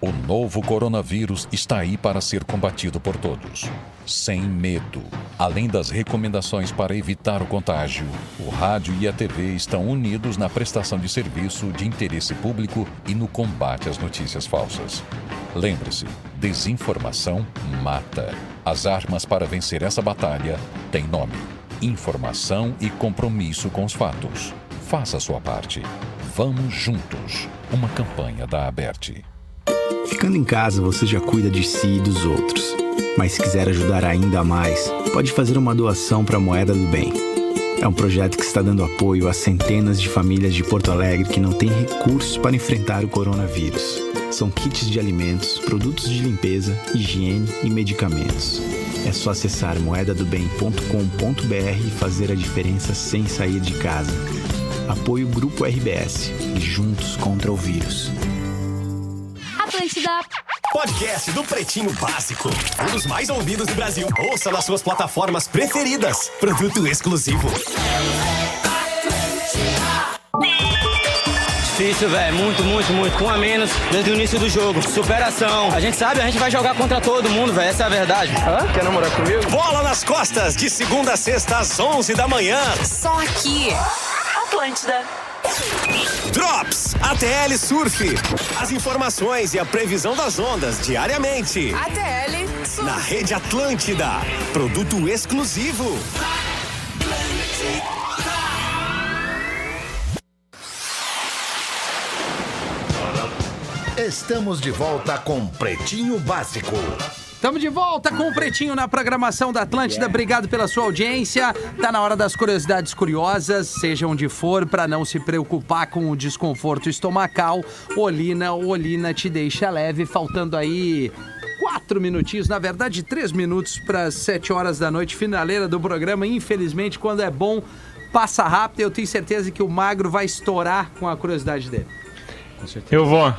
S13: O novo coronavírus está aí para ser combatido por todos. Sem medo. Além das recomendações para evitar o contágio, o rádio e a TV estão unidos na prestação de serviço de interesse público e no combate às notícias falsas. Lembre-se: desinformação mata. As armas para vencer essa batalha têm nome: informação e compromisso com os fatos. Faça a sua parte. Vamos juntos. Uma campanha da Aberte.
S14: Ficando em casa, você já cuida de si e dos outros. Mas se quiser ajudar ainda mais, pode fazer uma doação para a Moeda do Bem. É um projeto que está dando apoio a centenas de famílias de Porto Alegre que não têm recursos para enfrentar o coronavírus. São kits de alimentos, produtos de limpeza, higiene e medicamentos. É só acessar moedadobem.com.br e fazer a diferença sem sair de casa. Apoio Grupo RBS e Juntos contra o Vírus.
S15: Atlântida. Podcast do Pretinho Básico. Um dos mais ouvidos do Brasil. Ouça nas suas plataformas preferidas. Produto exclusivo.
S16: Difícil, velho. Muito, muito, muito. Com a menos desde o início do jogo. Superação. A gente sabe, a gente vai jogar contra todo mundo, velho. Essa é a verdade. Quer namorar comigo?
S15: Bola nas costas, de segunda a sexta, às 11 da manhã.
S11: Só aqui. Atlântida.
S15: Drops, ATL Surf. As informações e a previsão das ondas diariamente.
S11: ATL
S15: Na Rede Atlântida. Produto exclusivo.
S17: Estamos de volta com Pretinho Básico.
S2: Estamos de volta com o Pretinho na programação da Atlântida. Obrigado pela sua audiência. Tá na hora das curiosidades curiosas, seja onde for, para não se preocupar com o desconforto estomacal. Olina, Olina te deixa leve, faltando aí quatro minutinhos, na verdade três minutos para as sete horas da noite, finaleira do programa. Infelizmente, quando é bom, passa rápido. Eu tenho certeza que o Magro vai estourar com a curiosidade dele.
S6: Eu vou.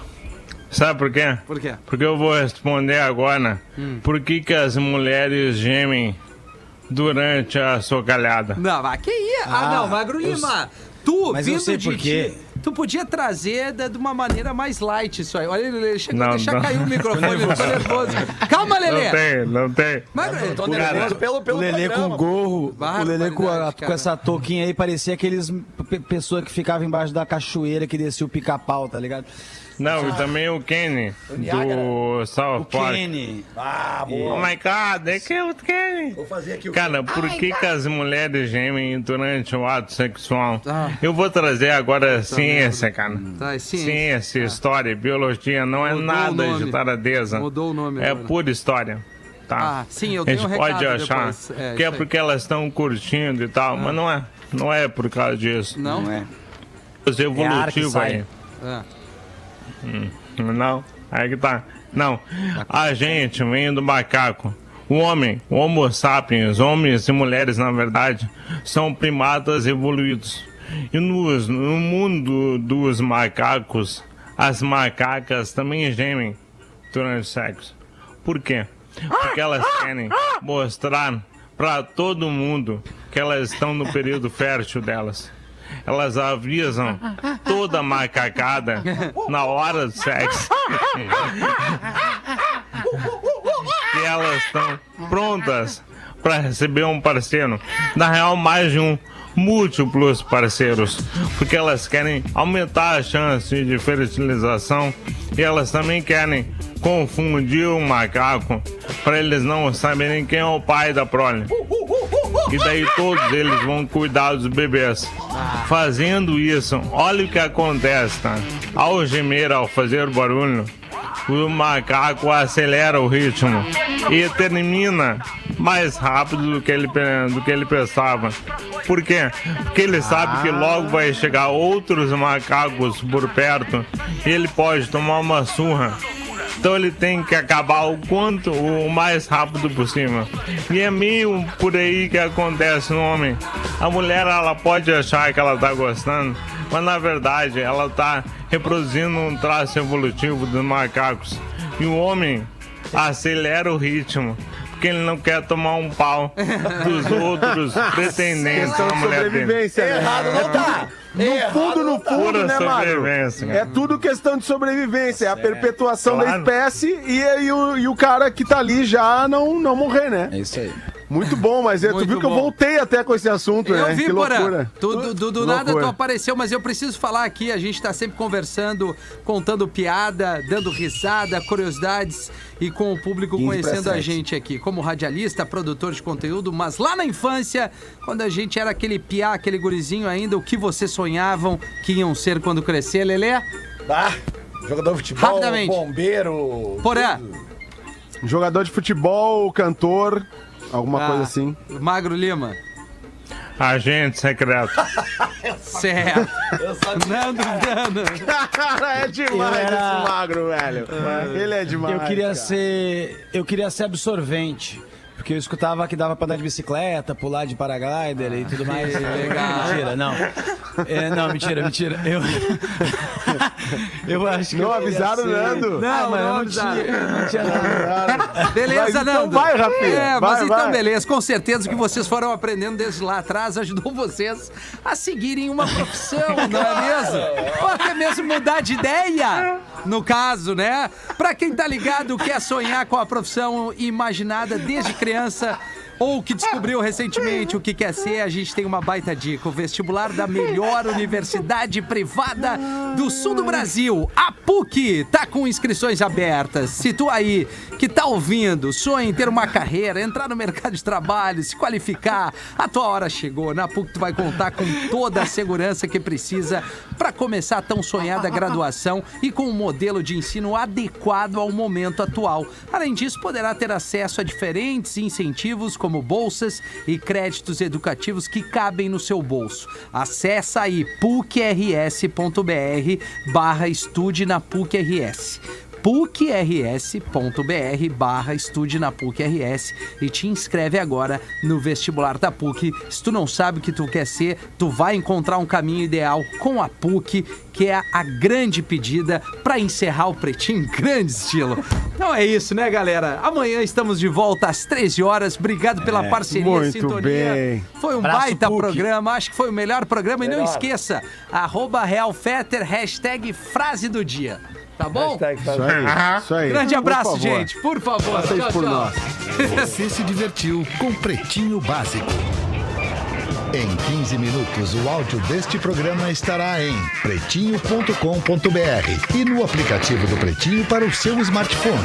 S6: Sabe por quê?
S2: Por quê?
S6: Porque eu vou responder agora.
S2: Hum.
S6: Por que, que as mulheres gemem durante a socalhada?
S2: Não, mas que ia? Ah,
S6: Ah,
S2: não, Magro
S6: eu
S2: Lima.
S6: s-
S2: Tu,
S6: mas eu
S2: vindo
S6: sei
S2: de
S6: por quê.
S2: ti, Tu podia trazer da- de uma maneira mais light isso aí. Olha, ele ele chegou a
S6: Não,
S2: deixar
S6: não.
S2: cair o microfone, ele ficou nervoso.
S6: Não
S2: Calma, Lelê.
S6: tem, não tem.
S2: Magro,
S4: Eu tô
S6: O cara-
S4: nervoso
S3: pelo,
S4: o Lelê com gorro, o Lelê com, a- com
S2: cara.
S4: essa touquinha aí parecia aqueles pe- pessoa que ficava embaixo da cachoeira que descia o pica-pau, tá ligado?
S6: Não, e também o Kenny, do South Park.
S4: Kenny.
S6: Ah,
S4: boa.
S6: Oh my God, é que o Kenny. Vou
S17: fazer aqui o
S6: Cara,
S4: Oh
S6: por que, que as mulheres gemem durante o ato sexual?
S4: Ah.
S6: Eu vou trazer agora ciência, cara.
S4: Hum.
S6: ciência, história, biologia, não é nada
S2: é. nome.
S6: de taradeza.
S2: Mudou o nome
S6: É
S2: agora.
S6: pura história. Tá?
S2: Ah, sim, eu
S6: A gente
S2: tenho um
S6: pode
S2: recado
S6: achar
S2: depois. É,
S6: que é
S2: isso aí. Ah.
S6: porque elas estão curtindo e tal, mas não é. Não é por causa disso.
S2: Não? Não é.
S6: Os
S2: É a arte que
S6: evolutivos
S2: sai.
S6: aí.
S2: Ah.
S6: Hum, Não, aí que tá. Não, a gente vem do macaco. O homem, o homo sapiens, homens e mulheres, na verdade, são primatas evoluídos. E nos- no mundo dos macacos, as macacas também gemem durante o sexo. Por quê? Porque elas querem mostrar para todo mundo que elas estão no período fértil delas. Elas avisam toda macacada na hora do sexo que elas estão prontas para receber um parceiro. Na real, mais de um múltiplos parceiros, porque elas querem aumentar a chance de fertilização e elas também querem confundir o macaco para eles não saberem quem é o pai da prole. E daí todos eles vão cuidar dos bebês. Fazendo isso, olha o que acontece, tá? Ao gemer, ao fazer barulho, o macaco acelera o ritmo e termina mais rápido do que ele, pe- do que ele pensava. Por quê? Porque ele sabe que logo vai chegar outros macacos por perto e ele pode tomar uma surra. Então ele tem que acabar o quanto o mais rápido possível. E é meio por aí que acontece no homem. A mulher ela pode achar que ela tá gostando, mas na verdade ela tá reproduzindo um traço evolutivo dos macacos. E o homem acelera o ritmo. Porque ele não quer tomar um pau
S5: [laughs]
S6: dos outros pretendentes
S5: Questão
S6: da
S5: de
S6: Ah, mulher dele.
S5: Então, sobrevivência, né? Errado não tá. No fundo, no fundo,
S6: tá. Pura
S5: né, Mário?
S6: sobrevivência, cara.
S5: É tudo questão de sobrevivência, é a perpetuação da
S6: Claro.
S5: espécie e, e o, e o cara que tá ali já não, não morrer, né? É
S4: isso aí.
S5: Muito bom, mas é, tu
S2: Muito
S5: viu que eu
S2: bom.
S5: voltei até com esse assunto, né?
S2: Eu vi,
S5: que
S2: Porã.
S5: loucura.
S2: Tu- Do, do- do nada tu
S5: Loucura.
S2: apareceu, mas eu preciso falar aqui. A gente tá sempre conversando, contando piada, dando risada, curiosidades e com o público
S18: 15 pra
S2: conhecendo a
S18: sete.
S2: gente aqui. Como radialista, produtor de conteúdo, mas lá na infância, quando a gente era aquele piá, aquele gurizinho ainda, o que vocês sonhavam que iam ser quando crescer, Lelê?
S3: Ah, jogador de futebol,
S2: Tá? Rapidamente.
S3: bombeiro.
S2: Porã,
S5: Jogador de futebol, cantor,
S2: Ah.
S5: alguma coisa assim.
S2: Magro Lima.
S6: Agente secreto.
S2: Certo. Nando Dano.
S5: Cara, é demais
S4: Eu era-
S5: esse magro, velho. Ele é demais.
S4: Eu queria
S5: cara.
S4: ser. Eu queria ser absorvente. Porque eu escutava que dava pra andar de bicicleta, pular de paraglider e tudo
S5: Ah,
S4: mais.
S2: que legal.
S4: Mentira, não. É, não, mentira, mentira. Eu, [laughs] eu acho que.
S5: Não
S4: eu queria
S5: avisaram o
S4: ser-
S5: Nando?
S4: Não,
S5: Ah,
S4: mas eu
S5: não
S4: não
S5: avisaram.
S4: tinha. Não tinha nada.
S2: [laughs] Beleza,
S4: Mas então
S2: Nando.
S4: vai, Rafinha.
S2: É, mas
S4: Vai,
S2: então
S4: vai.
S2: beleza. Com certeza o que vocês foram aprendendo desde lá atrás ajudou vocês a seguirem
S4: [laughs]
S2: uma profissão, não é mesmo? Ou até mesmo mudar de ideia, no caso, né? Pra quem tá ligado, quer sonhar com a profissão imaginada desde criança. Ou que descobriu recentemente o que quer ser, a gente tem uma baita dica. O vestibular da melhor universidade privada do sul do Brasil, a PUC, tá com inscrições abertas. Se tu aí que tá ouvindo, sonha em ter uma carreira, entrar no mercado de trabalho, se qualificar, a tua hora chegou. Na PUC tu vai contar com toda a segurança que precisa para começar a tão sonhada graduação e com um modelo de ensino adequado ao momento atual. Além disso, poderá ter acesso a diferentes incentivos como bolsas e créditos educativos que cabem no seu bolso. Acesse aí pucrs.br barra estude na PUCRS pucrs.br barra estude na PUC-RS e te inscreve agora no vestibular da PUC. Se tu não sabe o que tu quer ser, tu vai encontrar um caminho ideal com a PUC, que é a grande pedida para encerrar o Pretinho em grande estilo. Então é isso, né, galera? Amanhã estamos de volta às 13 horas. Obrigado pela
S5: É,
S2: parceria
S5: muito
S2: sintonia.
S5: bem.
S2: Foi um
S5: Abraço,
S2: baita
S5: PUC.
S2: programa, acho que foi o melhor programa. E não
S5: Melhor.
S2: esqueça, arroba realfetter, hashtag frase do dia. Tá bom?
S5: Isso aí, isso aí.
S2: Grande
S5: Por
S2: abraço,
S5: favor.
S2: gente. Por favor.
S17: Faça isso
S2: Tchau,
S17: por
S2: tchau.
S17: nós. Você se divertiu com Pretinho Básico. Em 15 minutos, o áudio deste programa estará em pretinho.com.br e no aplicativo do Pretinho para o seu smartphone.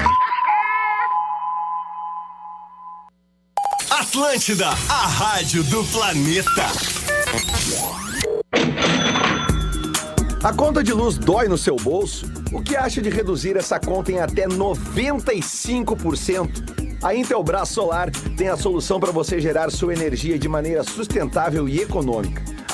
S15: Atlântida, a rádio do planeta.
S3: A conta de luz dói no seu bolso? O que acha de reduzir essa conta em até 95%? A Intelbras Solar tem a solução para você gerar sua energia de maneira sustentável e econômica.